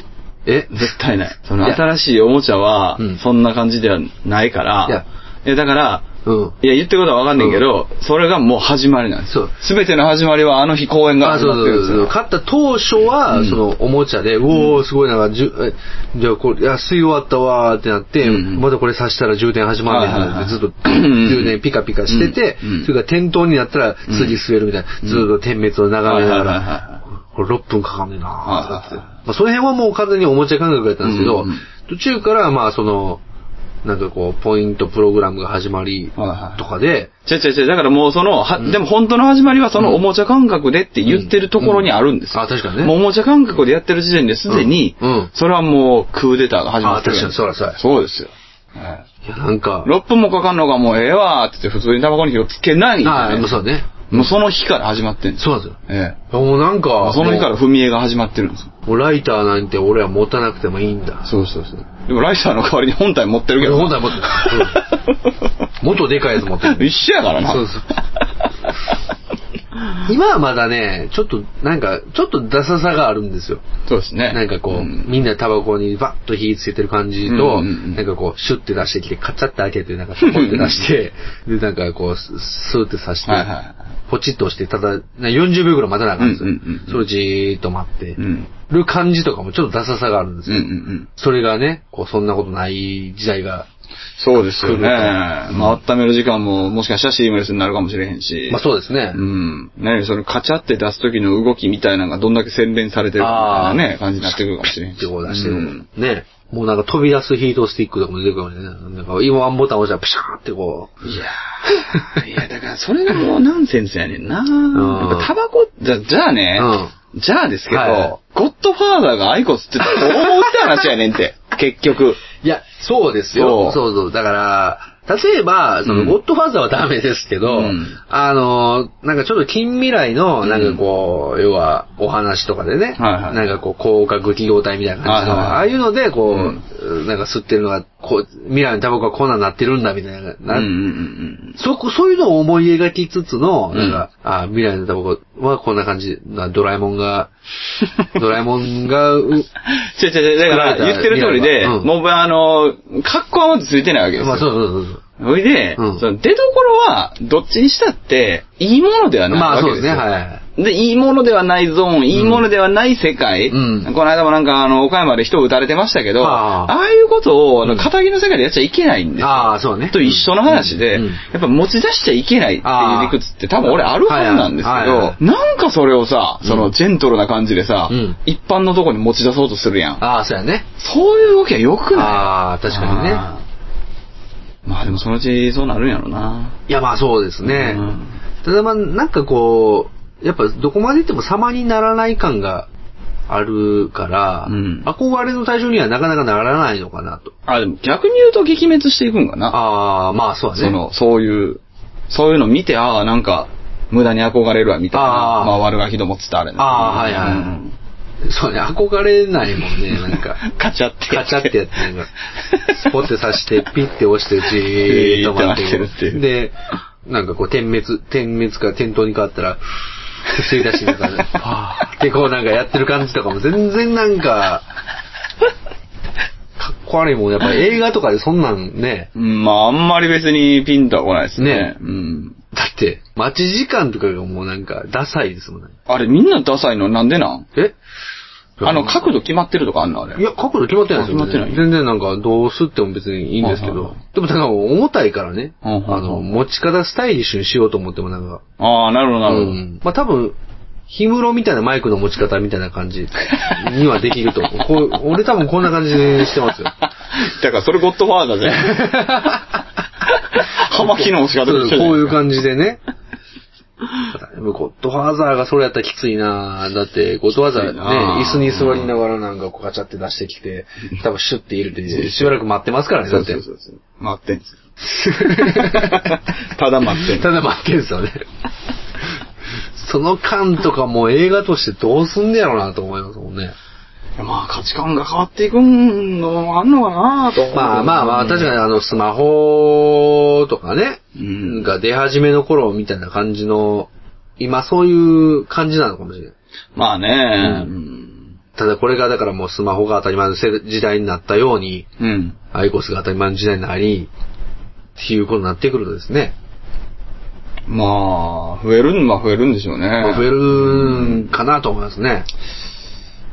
え絶対ない。そのいや新しいおもちゃはうん、そんな感じではないから。いやいや、だから、うん。いや、言ってることはわかんないけど、それがもう始まりなんです。そうすべての始まりはあの日公演があ、始そうまそってるんうですそう。よ。買った当初は、うんその、おもちゃで、うおー、すごい、なんか、じゅ、えじゃあ、これ、いや吸い終わったわーってなって、うんうんまだこれ刺したら充電始まんねんと思って、ずっと、はいはいはい充電ピカピカしててうんうん、それから点灯になったら、うん次吸えるみたいな、ずっと点滅を眺めながはいはいはいらは、これ6分かかんねえなーはっいて。はいはいまあ、その辺はもう完全におもちゃ感覚だったんですけうどんうん、途中から、まあ、その、なんかこう、ポイントプログラムが始まり、はいはいとかで、違う違う違う、だからもうその、はでも本当の始まりはそのおもちゃ感覚でって言ってるところにあるんですよ。うんあ確かにねもうおもちゃ感覚でやってる時点ですでに、うんうんそれはもうクーデターが始まってる。あ確かにそうだそうだそうですよ。はいいや、なんか、 6分もかかんのがもうええわーって言って普通にタバコに火をつけないんで、ああ、もうそうだね。もうその日から始まってるんですそうよ。なんですよ。えいやもうなんえか、その日から踏み絵が始まってるんですよ。もうライターなんて俺は持たなくてもいいんだ。そうそうそう。でもライターの代わりに本体持ってるけど。本体持ってるもっとでかいやつ持って る。一緒やからな。そうそう今はまだね、ちょっと、なんか、ちょっとダサさがあるんですよ。そうですね。 なんかこう、んみんなタバコにバッと火つけてる感じと、うんうんうんなんかこう、シュッて出してきて、カチャって開けて、なんかポンって出して、で、なんかこう、ススーって刺して、はいはポチッと押して、ただ、な40秒ぐらい待たなあかんですよ。うんうんうんうんそれをじーっと待ってい。うん。る感じとかもちょっとダサさがあるんですうんうよ。んうん。それがね、こう、そんなことない時代がそうですよ来るね。のまかあ、温める時間も、もしかしたらシームレスになるかもしれへんし。まあそうですね。うん。ねそのカチャって出す時の動きみたいなのがどんだけ洗練されてるかみたいなね、感じになってくるかもしれへんっし。てことを出してうるん。ね。もうなんか飛び出すヒートスティックとかも出てくるかもしれない。なんか今ワンボタン押したらプシャーってこう。いや ーいや、だからそれがもうナンセンスやねんな。んやっぱタバコ、じゃ、じゃあね、じゃあですけど、はいゴッドファーザーがアイコスってどう思うって話やねんって、 結局。いや、そうですそよう。そうそう。だから、例えば、そうんの、ゴッドファーザーはダメですけど、うんあの、なんかちょっと近未来の、なんかこう、要は、お話とかでね、はいはいなんかこう、高価激動体みたいな感じはの、いはいはいああいうので、こう、なんか吸ってるのが、こう、未来のタバコがこんなんなってるんだ、みたいな、うんうなんうんそこ、そういうのを思い描きつつの、うんなんか、あ未来のタバコはこんな感じ、なドラえも んが、ドラえもんが、う違う違う違う、だから作られた言ってる通りで、うんもうあの、格好はまずついてないわけですよ。まあそうそうそうほいで、うんその出所はどっちにしたっていいものではそなう。いまあわそけうでですすね、よ。はい。で、いいものではないゾーン、いいものではない世界。うんこの間もなんか、あの、岡山で人を撃たれてましたけど、はあああいうことを、あのうん仇の世界でやっちゃいけないんですよ。ああ、そうね。と一緒の話で、うんうんやっぱ持ち出しちゃいけないっていう理屈って多分俺あるはずなんですけど、はいはいはいなんかそれをさ、うんそのジェントルな感じでさ、うん一般のとこに持ち出そうとするやん。ああ、そうやね。そういう動きは良くなああ、確かにね。あいまあでもそのうちそうなるんやろな。いや、まあそうですね。うんただまあ、なんかこう、やっぱどこまで行っても様にならない感があるから、うん憧れの対象にはなかなかならないのかなと。あ、でも逆に言うと撃滅していくんかな。ああ、まあそうだね。その、そういう、そういうの見て、ああ、なんか、無駄に憧れるわ、みたいな。ああまあ悪ガキどもっつったらあれねああはいはいはいそうね、憧れないもんね、なん か。カチャってやカって。チャってやって、なんか、スポッて刺して、ピッて押して、じーっと待ってるっていう。で、なんかこう、点滅、点滅から点灯に変わったら、吸い出しながら、はぁ、ってこうなんかやってる感じとかも全然なんか、かっこ悪いもん。やっぱ映画とかでそんなんね、うんまああんまり別にピンとは来ないですね。ねうん。だって、待ち時間とかがもうなんか、ダサいですもんね。あれみんなダサいのなんでなんえあの角度決まってるとかあんのあれ。いや、角度決まってないですよ、あ決まってない全然なんか、どうすっても別にいいんですけはいどは。でも、なんか重たいからね。うんうんうんあの、持ち方スタイリッシュにしようと思ってもなんか。ああ、なるほどなるほど。うんまあ多分、氷室みたいなマイクの持ち方みたいな感じにはできると思う。こう俺多分こんな感じにしてますよ。だからそれゴッドファー ザーじゃん。葉巻の押し方そうでこういうじ。感じでね。でもゴッドファーザーがそれやったらきついなだって、ゴッドファーザきーついなね、椅子に座りながらなんかこうガチャって出してきて、多分シュッて入れて、しばらく待ってますからね、だそっうてそう。そうそう。待ってんすよただ待ってんたのだ待ってんすよね。その間とかもう映画としてどうすんねやろなと思いますもんね。いやまあ価値観が変わっていくのもあんのかなと思うけど。まあまあまあ、確かにあの、スマホとかね、うんが出始めの頃みたいな感じの、今そういう感じなのかもしれない。まあね。ううん。ただこれがだからもうスマホが当たり前の世時代になったように、うん。アイコスが当たり前の時代になり、っていうことになってくるとですね、まあ、増えるんは増えるんでしょうね。まあ増えるんかなと思いますね。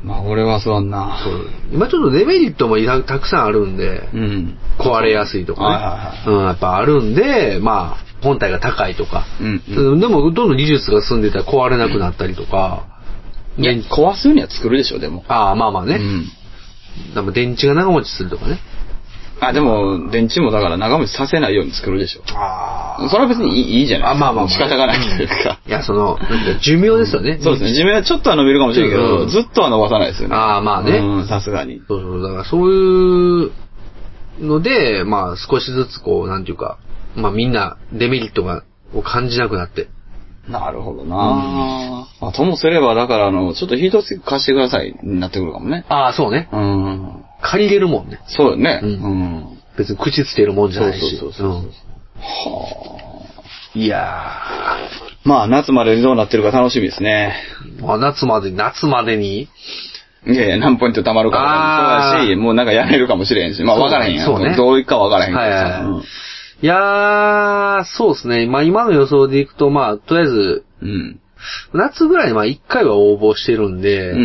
まあ俺は座んな。そう今ちょっとデメリットもいらたくさんあるんで、うん。壊れやすいとはいかはね。うん、やっぱあるんで、まあ、本体が高いとか。うんうんでも、どんどん技術が進んでたら壊れなくなったりとか。いや電、壊すには作るでしょ、でも。ああ、まあまあうね。ん。でも電池が長持ちするとかね。あ、でも、電池もだから長持ちさせないように作るでしょ。あそれは別にいいいいじゃないあ、まあまあまあ。仕方がないというか。いや、その、なんか寿命ですよね。そうですね。寿命はちょっとは伸びるかもしれんけど、うんずっとは伸ばさないですよね。ああまあねうん、さすがに。そうそう、だからそういうので、まあ少しずつこう、なんていうか、まあみんなデメリットが、を感じなくなって。なるほどな、まあともすれば、だから、あの、ちょっとヒートスティック貸してくださいになってくるかもね。ああ、そうね。うん。借りれるもんね。そうよね。うんん別に口つけるもんじゃないし。そうそうそうそううんいやまあ、夏までどうなってるか楽しみですね。ー、まあ、夏まで、夏までにいやいや、何ポイント貯まるかもあーそうだし、もうなんかやめるかもしれんし、まあそう分からへんやん。そうねどういくか分からへんからはいはいさ。はいいやー、そうですね。まあ今の予想でいくと、まあとりあえず、うん。うん。夏ぐらいにまあ一回は応募してるんで、うんうん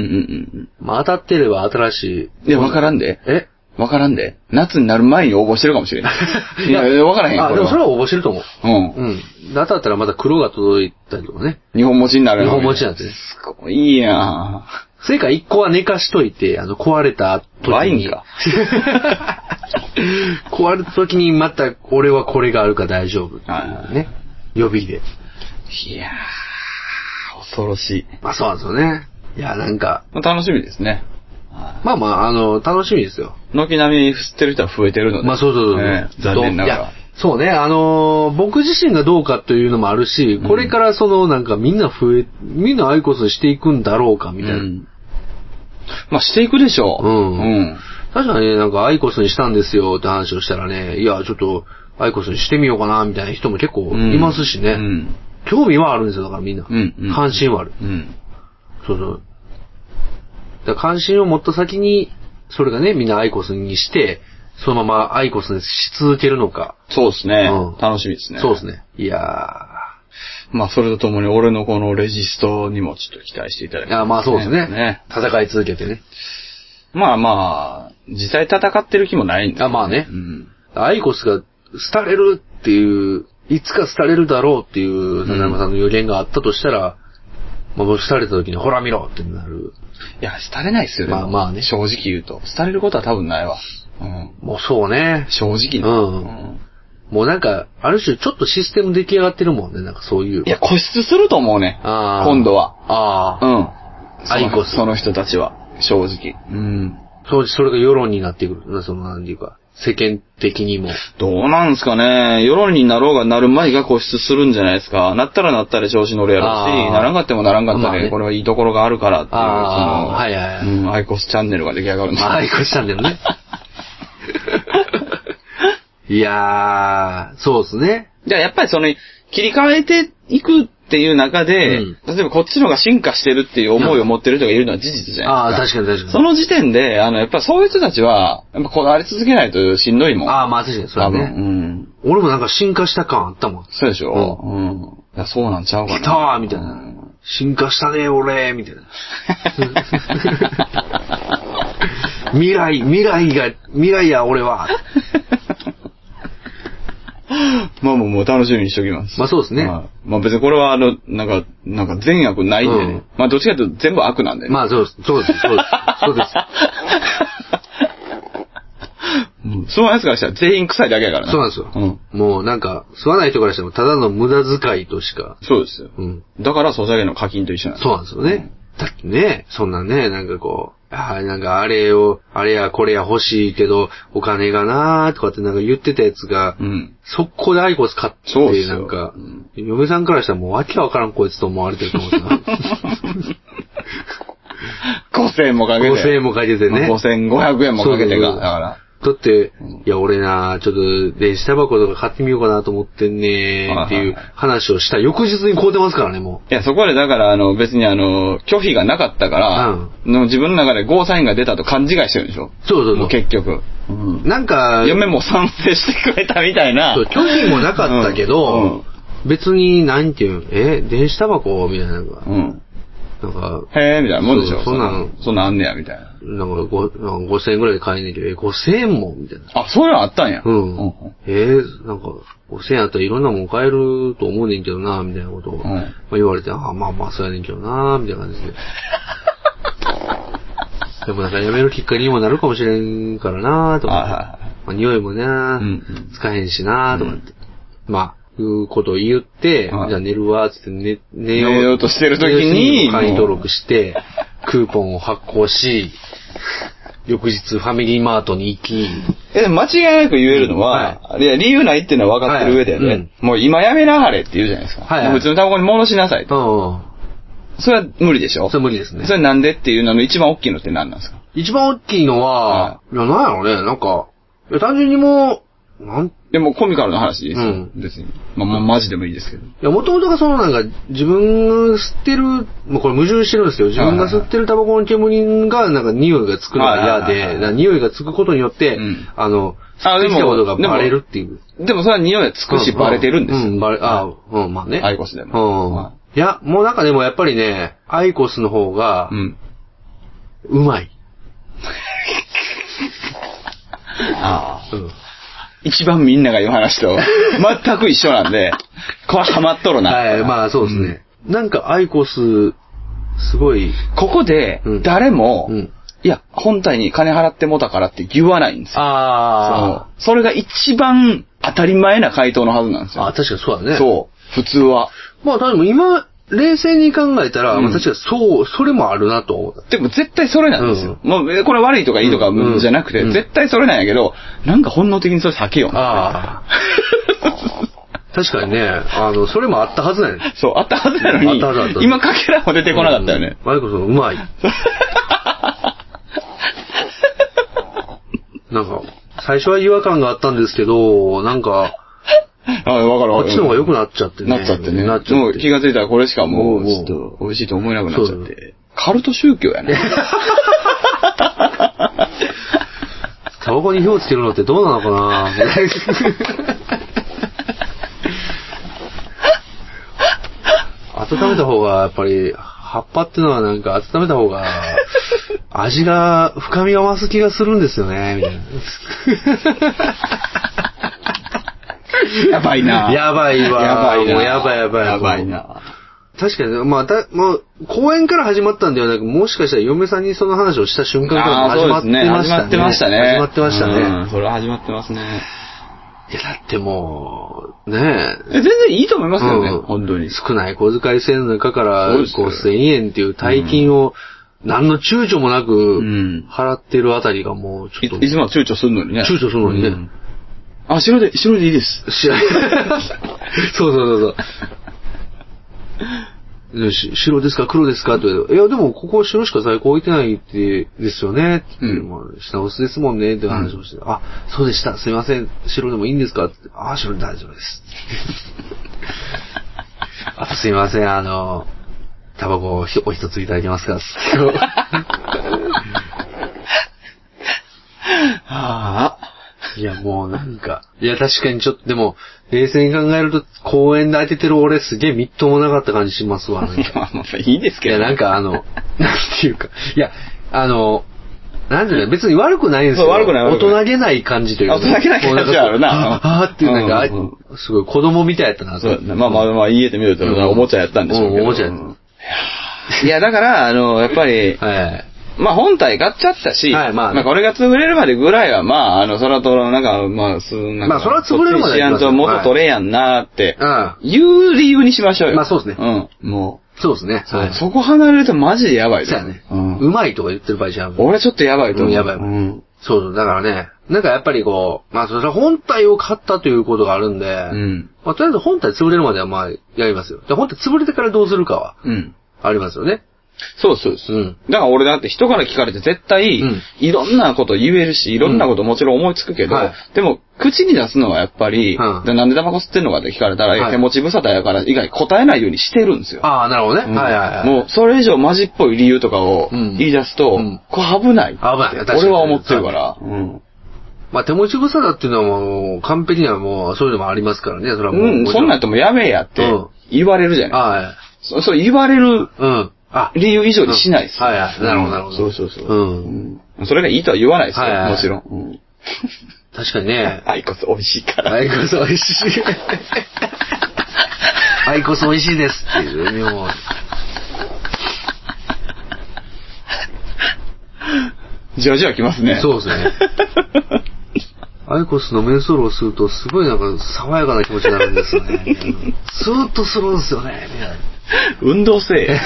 うんまあ当たってれば新しうん。い。いや、分からんで。え分からんで。夏になる前に応募してるかもしれん。 いや、分からへんよあ、こでれもそれは。は応募してると思う。う。うんん。当たったらまた黒が届いたりとかね。日本持ちになる日の本持ちなんてね。すごいいいやん。それか一個は寝かしといて、あの、壊れた時に。ワインか。 壊れた時にまた、俺はこれがあるから大丈夫。はいはいね。予備で。いやー、恐ろしい。まあそうなんですよね。いや、なんか、まあ楽しみですね。まあまあ、あの、楽しみですよ。軒並み吸ってる人は増えてるので。まあそうそうそう。ね残念ながらどういや。そうね、あのー僕自身がどうかというのもあるし、これからその、なんかみんな増え、みんなアイコスしていくんだろうか、みたいな。うんまあしていくでしょう。うんうん。確かにね、なんかアイコスにしたんですよって話をしたらね、いや、ちょっと、アイコスにしてみようかな、みたいな人も結構いますしね。うん。興味はあるんですよ、だからみんな。うんうん関心はある。うん。そうそう。だから関心を持った先に、それがね、みんなアイコスにして、そのままアイコスにし続けるのか。そうですねうん。楽しみですね。そうですね。いやー。まあ、それとともに俺のこのレジストにもちょっと期待していただきたいあまあそうですねね戦い続けてね。まあまあ、実際戦ってる気もないんだけどあまあねうん。アイコスが廃れるっていう、いつか廃れるだろうっていう、ん七山さんの予言があったとしたら、まあ、もし廃れた時に、ほら見ろってなる。いや、廃れないっすよね。まあまあね正直言うと。廃れることは多分ないわ。うん。もうそうね。正直な。うんもうなんか、ある種ちょっとシステム出来上がってるもんね、なんかそういう。いや、固執すると思うね。あー今度は。あうん。あ。アイコスそのその人たちは。正直。うん。当時それが世論になってくる。なその、なんていうか、世間的に も。どうなんすかね世論になろうがなる前が固執するんじゃないですか。なったらなったで調子乗るやろうあし、ーならんかってもならんかったで、まあねこれはいいところがあるからっていう、その、あーはいはいはいうん、アイコスチャンネルが出来上がるんですまあ、アイコスチャンネ ルね。いやー、そうですね。じゃあやっぱりその、切り替えていくっていう中で、うん例えばこっちの方が進化してるっていう思いを持ってる人がいるのは事実じゃあなあ、いです確か。かに確かに。その時点で、あの、やっぱそういう人たちは、やっぱこだわり続けないとしんどいもん。ああ、まあ確かに、それ多分。ね。うん。俺もなんか進化した感あったもん。そうでしょうん。いや、そうなんちゃうかな。来たーみたいなうん進化したね、俺みたいな。未来、未来が、未来や、俺は。まあもう、もう楽しみにしときます。まあそうですねはいまあ別にこれは、あの、なんか、なんか善悪ないんでね。うんまあどっちかというと全部悪なんでね。まあ、そうです。そうです。そうです。そうです。うんそうなんですからしたら全員臭いだけやからな。そうなんですよ。うん。もうなんか、吸わない人からしても、ただの無駄遣いとしか。そうですよ。うん。だから、ソシャゲの課金と一緒なんですそうなんですよね。だってね、そんなね、なんかこう、ああ、なんかあれを、あれやこれや欲しいけど、お金がなーとかってなんか言ってたやつが、うん。 速攻でアイコス買って、そうですなよんか、うん嫁さんからしたらもうわけわからんこいつと思われてると思うな。 5000円もかけて。 5000円もかけてね。 5500円もかけてが。そうそうそうだから。だって、いや、俺な、ちょっと、電子タバコとか買ってみようかなと思ってんねーっていう話をした翌日に買うてますからね、もいや、そこでだから、あの、別にあの、拒否がなかったから、の自分の中でゴーサインが出たと勘違いしてるでしょう。そうそうもそうう。結局。うん。なんか、嫁も賛成してくれたみたいな。そう拒否もなかったけど、別に、なんていうん、え、電子タバコみたいな、なんかうん。、うん。なんか、へえ、みたいなもんでしょ。そうそんなんそんなんあんねや、みたいな。なんかごなんか5000円ぐらいで買えんねんけど、え、5000円もみたいな。あ、そういうのあったんや。うん。うんえー、なんか、5000円あったらいろんなもん買えると思うねんけどな、みたいなことを、んまあ、言われて、あーまあまあ、そうやねんけどな、みたいな感じ で。でもなんかやめるきっかけにもなるかもしれんからな、とはいはいかは。い。まあ、匂いもね、ん使えへんしな、とかって。まあ、いうことを言って、はいじゃあ寝るわ、つって寝、寝寝ようとしてる時に寝ようとしてる時に会員登録して、クーポンを発行し、翌日ファミリーマートに行き、え、でも間違いなく言えるのは、い、や、理由ないっていうのは分かってる上でね、はいうんもう今やめなはれって言うじゃないですか。はいはいもう普通のタバコに戻しなさいと。うん。それは無理でしょそれ無理ですねそ。れなんでっていうのの一番大きいのって何なんですか一番大きいのは、はいや、なんやろね、なんか、いや、単純にもう、なん、いでもコミカルな話ですよ、うん別に。まあ、まあ、マジでもいいですけど。や、もともとがそのなんか、自分が吸ってる、もうこれ矛盾してるんですけど、自分が吸ってるタバコの煙が、なんか匂いがつくのがはいはい嫌はいで、はいだから匂いがつくことによって、うんあの、吸あってできもたことがバレるっていう。でもそれは匂いがつくし、バレてるんですよ。ううん、バレ、あ、うん、まあね。アイコスでも。うはん。いや、もうなんかでもやっぱりね、アイコスの方がい、うん。うまい。ああ。うん。一番みんなが言う話と、全く一緒なん で、これハマっとるな。はい、まあそうですね。なんかアイコス、すごい、ここでうん、誰も、うんいや、本体に金払ってもたからって言わないんですよ。あそうそれが一番当たり前な回答のはずなんですあ。よあ、。確かにそうだね。そう。普通は。う。まあ、多分今、冷静に考えたら、うんまあ確かにそう、それもあるなと思った。でも絶対それなんですよ。もう、えこれ悪いとかいいとかうんじゃなくて、うん絶対それなんやけど、なんか本能的にそれ避けよう。ああ。 確かにね、あの、それもあったはずだよね。そう、あったはずなのあったはずあったに、今かけらも出てこなかったよね。うん。マイコさん、うまい。 なんか、最初は違和感があったんですけど、なんか、あわかるあわっかる。ちの方が良くなっちゃってね。なっちゃってね。なっちゃって。もう気がついたらこれしかももうう、ちょっと美味しいと思えなくなっちゃそうっだて。カルト宗教や ね。タバコに火をつけるのってどうなのかな 温めた方が、やっぱり、葉っぱっていうのはなんか温めた方が、味が、深みが増す気がするんですよね、みたいやばいなな。やばいわ。やばいなもうやばいやばい。やばいな。確かに、まあ、だ、まあ、公演から始まったんではなく、もしかしたら嫁さんにその話をした瞬間からああー、始まそっうてですね。ま始したね。まってましたね。始まってましたうんね。それは始まってますね。いや、だってもう、ねえ。え全然いいと思いますよね、うん本当に。少ない小遣い制の中からそうですよ5000円っていう大金を何の躊躇もなうくん。払ってるあたりがもうちいょっといつもは躊躇するのにね。躊躇するのにうねん。あ、白で、白でいい です。知らない。そうそうそうそう。よし白ですか黒ですかって言われて、いやでもここ白しか在庫置いてないって、ですよねって言って、うんもう品薄ですもんねって話をして、あ、そうでした、すいません、白でもいいんですかって、あ、白で大丈夫です。あとすいません、あの、タバコをひお一ついただけますかはあ。いや、もうなんか。いや、確かにちょっと、でも、冷静に考えると、公園で当ててる俺すげえみっともなかった感じしますわ、なんいや か。まあまあいいですいけどや、ね。なんかあの、 なんていうか、いや、あの、なんていうの、別に悪くないんですよ。そう悪くない悪くない大人げない感じというか。大人げない感じはあるなもうかああーっていう、なんかうんうんあ、すごい子供みたいやったな、そうだね。まあまあまあ、家で見ると、おもちゃやったんでしょうけうど。んおもちゃやったた。いや、だから、あの、やっぱり、はい。まあ本体買っちゃったし、はいまあねまあこれが潰れるまでぐらいは、まあ、あの、そらと、なんか、まあ、すなんか、まあそら潰れるまでしやんと元取れやんなーって、ういう理由にしましょうよ。まあそうですね。うん。もん。そうですね。う、そうはい。そこ離れるとマジでやばいでそうすやね。うん。うまいとか言ってる場合じゃん。俺ちょっとやばいと思う。うんやばいうん。そうそう、だからね、なんかやっぱりこう、まあそれは本体を買ったということがあるんで、うん。まあとりあえず本体潰れるまではまあやりますよ。で、本体潰れてからどうするかはうん。ありますよね。そうそうそう。うんだから俺だって人から聞かれて絶対、うんいろんなこと言えるし、いろんなこともちろん思いつくけど、はいでも口に出すのはやっぱり、うんでなんでタバコ吸ってんのかって聞かれたら、いやはい手持ち無沙汰やから以外答えないようにしてるんですよ。ああ、なるほどね。うんはいはいはい。もうそれ以上マジっぽい理由とかをうん言い出すと、うんこれ危ない。危ない確かに俺は思ってるから。うん。まあ手持ち無沙汰っていうのはもう完璧にはもうそういうのもありますからね、それはもう。うん、もちそろんなんやってもやめえやってうん言われるじゃない。はい。そそう言われるうん。あ、理由以上にしないです。うんはいはいなるほどなるほどうんそうそうそう。うんうん。それがいいとは言わないですよ。はいはいもちろん。うん確かにね。アイコス美味しいから。アイコス美味しい。アイコス美味しいですっていう、もう。じわじわきますね。そうですね。アイコスのメンソールを吸うと、すごいなんか爽やかな気持ちになるんです よね。スーッとするんですよね。みたいな運動せ え。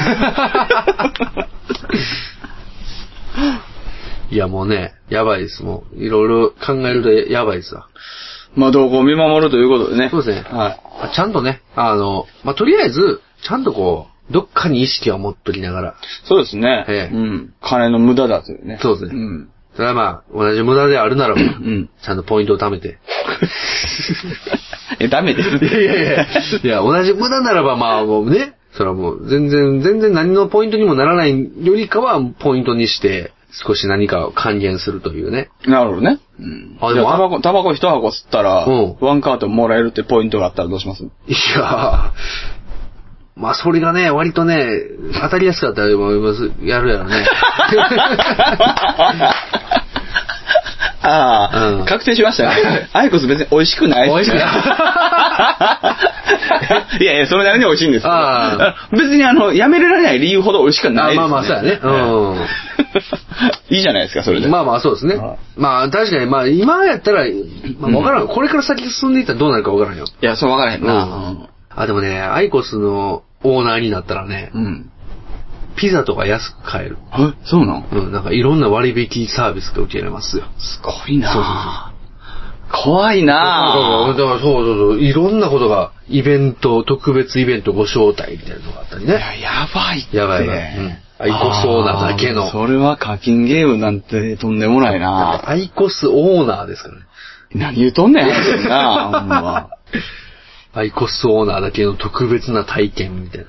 いや、もうね、やばいです。もう、いろいろ考えるとやばいですわ。まあ、動向を見守るということでね。そうですねはあちゃんとね、あの、まあ、とりあえず、ちゃんとこう、どっかに意識は持っときながら。い。そうですね。ええうん。金の無駄だというね。そうですねん。ただまあ、同じ無駄であるならば、んちゃんとポイントを貯めて。え、ダメです。いやいやいや、いや、同じ無駄ならばまあもうね、それはもう全然、全然何のポイントにもならないよりかはポイントにして、少し何かを還元するというね。なるほどね。うん。ああ、ででもも、タバコ、タバコ一箱吸ったら、うんワンカートンもらえるってポイントがあったらどうしますいやー、まあそれがね、割とね、当たりやすかったら思いますやるやろね。ああ、うん確定しました ね。アイコス別に美味しくないっすね美味しくない 。やいや、それなりに美味しいんですけどあ。別にあの、やめられない理由ほど美味しくはないです、ね。あまあまあそうやね うん。いいじゃないですか、それで。まあまあそうですねは。まあ確かに、まあ今やったら、まあわからん。これから先進んでいったらどうなるかわからんよ。いや、そう分からへんうんな。あ、でもね、アイコスのオーナーになったらねう、ん。ピザとか安く買える。え、そうなんうん、なんかいろんな割引サービスが受けられますよ。すごいな怖いそうなそうそうそうそう、いろんなことが、イベント、特別イベントご招待みたいなのがあったりいね。や、やばいって。やばいやばいうんアイコスオーナーだけのあそれは課金ゲームなんてとんでもないなアイコスオーナーですからね。何言うとんねん、なほん ま。アイコスオーナーだけの特別な体験みたいな。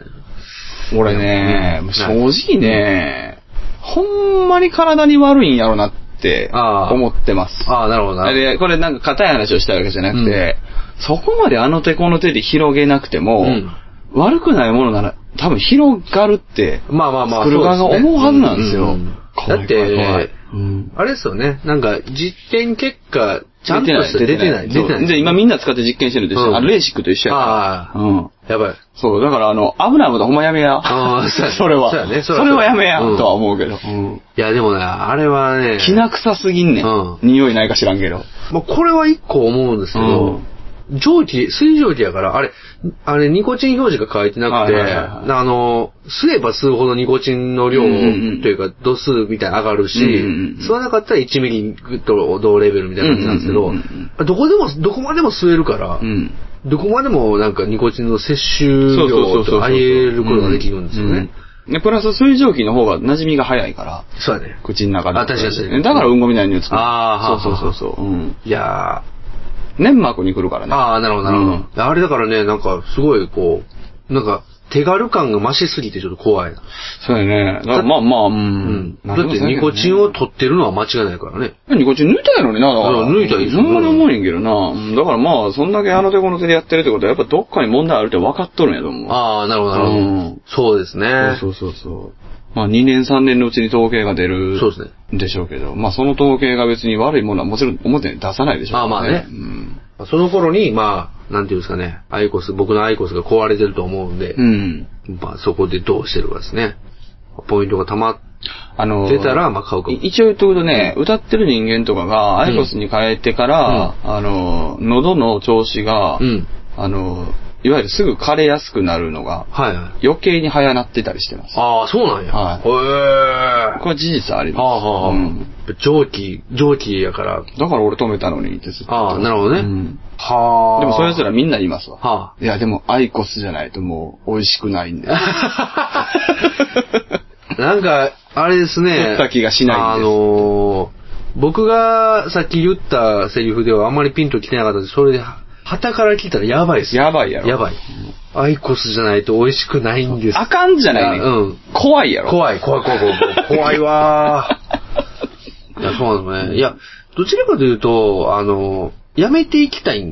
俺ね、うん正直ね、ほんまに体に悪いんやろなってあー思ってます。ああ、なるほどなるで、これなんか硬い話をしたいわけじゃなくて、そこまであの手この手で広げなくても、うん悪くないものなら多分広がるって、まあまあまあ。作る側がそうですね思うはずなんですよ。うううん怖いだっ怖い怖いて、うんあれですよね。なんか、実験結果、ちゃんとした出てない。出てない。で、今みんな使って実験してるでしょ。うんあレーシックと一緒やあかあ、ら。うん。やばい。そう、だからあの、危ないことほんまやめや。ああそうやねそれは。そうやねそそれはれはやめや、うんとは思うけど。うん。いや、でもね、あれはね、きな臭すぎんねん。うん匂いないか知らんけど。まあ、これは一個思うんですけど、蒸気、水蒸気やから、あれ、あれ、ニコチン表示が書いてなくて、はいはいはいはいあの、吸えば吸うほどニコチンの量、うんうんうんというか、度数みたいな上がるし、うんうんうん吸わなかったら1ミリと同レベルみたいな感じなんですけど、うんうんうんどこでも、どこまでも吸えるから、うん。どこまでもなんかニコチンの摂取そうそうそ量うそうそう。とあえることができるんですよね。うん。で、プラス水蒸気の方が馴染みが早いから、そうやね。口の中で。あ確かに確かにだからうんこみたいに匂いつく。ああそうそうはあそうそう。うん。いやー、粘膜に来るからね。ああ、なるほど、なるほど、うんあれだからね、なんか、すごい、こう、なんか、手軽感が増しすぎてちょっと怖いな。そうやね。だからまあまあ、う。うんだって、ニコチンを取ってるのは間違いないからね。ニコチン抜いたんやのにな、だから。うん抜いたらいいですそよんなに思えんけどな。うんだからまあ、そんだけあの手この手でやってるってことは、やっぱどっかに問題あるって分かっとるんやと思う。ああ、なるほど、なるほど。うんそうですね。そうそうそうそう。まあ2年3年のうちに統計が出る。そうですね。でしょうけど、まあその統計が別に悪いものはもちろん表に出さないでしょうからあまあねうん。その頃に、まあ、なんていうんですかね、アイコス、僕のアイコスが壊れてると思うんで、うん。まあ、そこでどうしてるかですね。ポイントが溜まっあの、出たらまあ買うかもい一応言っとくとね、歌ってる人間とかが、アイコスに変えてから、あの、喉の調子が、うん。あの、いわゆるすぐ枯れやすくなるのが、はいはい。余計に早なってたりしてます。ああ、そうなんや。はいへえ。これは事実あります。はあはあはあ、うん蒸気、蒸気やから。だから俺止めたのにってずっとああ、なるほどね。うんはあ。でもそれぞれみんな言いますわ。はいや、でも、アイコスじゃないともう、美味しくないん で。あ。なんか、あれですね。食った気がしないんですあのー僕がさっき言ったセリフではあんまりピンと来てなかったんで、それで、旗から聞いたらやばいっすねやばいやろ。やばい。アイコスじゃないと美味しくないんです。あかんじゃないね。うん。怖いやろ。怖い、怖い、怖い、怖い怖い、怖いわー。いや、そうなんですね。いや、どちらかというと、あの、やめていきたい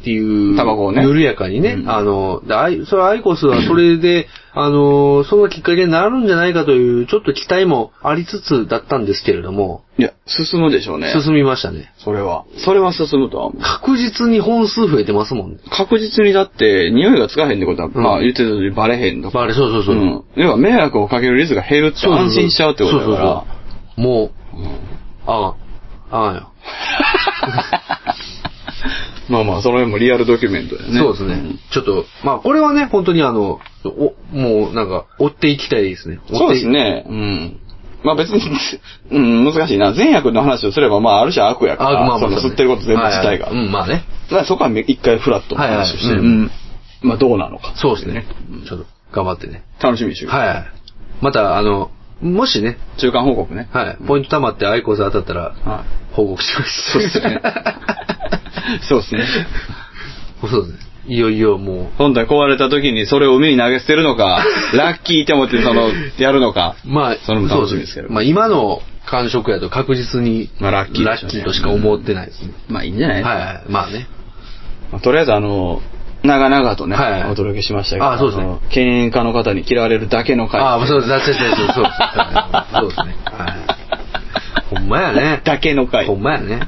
っていう、タバコをね緩やかにね、うんあの、でアイそれアイコスはそれで、あの、そのきっかけになるんじゃないかという、ちょっと期待もありつつだったんですけれども、いや、進むでしょうね。進みましたね。それは。それは進むとは思う。確実に本数増えてますもんね。確実にだって、匂いがつかへんってことは、んまあ言ってた通りバレへんとか。あれ、そうそうそうう。ん。要は迷惑をかける率が減るって安心しちゃうってことだから。そうそうそうもう、ああ、ああよ。まあまあ、その辺もリアルドキュメントだよね。そうですね。んちょっと、まあこれはね、本当にあの、お、もうなんか、追っていきたいですね。追ってそうです。ね。うん。まあ別に、 うん、難しいな。善悪の話をすれば、まあある種悪やかあ、ら、まあまあ、そのそう吸ってること全部自体が。はいはいうん、まあね。だからそこは一回フラットの話をして、はいはいうんうんまあどうなのか。そうですね。ちょっと、頑張ってね。楽しみにしよう。はいはい。また、あの、もしね、中間報告ね。はい、ポイント溜まってアイコス当たったら、は報告します。そうです ねそうですね。そうですね。いよいよも本体壊れた時にそれを海に投げ捨てるの か、ラッキーって思ってその、やるのか。う、まあ、それも楽しみですけそうど。ねまあ今の感触やと確実に、まあラッキーでラしッょうねキーとしか思ってないですね。まあいいんじゃな、はいいはい、まあね。まあとりあえずあの、長々とね、はいはいお届けしましたけど、あそうですねの敬遠家の方に嫌われるだけの回。ああ、そうです、そうです、そうです。そうですね。はい。ほんまやね。 だけの回ほ。んまやね。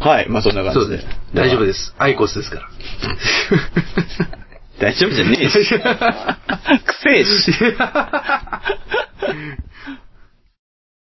はい、まあそんなそ感うじで。。です。大丈夫ですす。アイコスです から。 大丈夫じゃねえし。くせえし。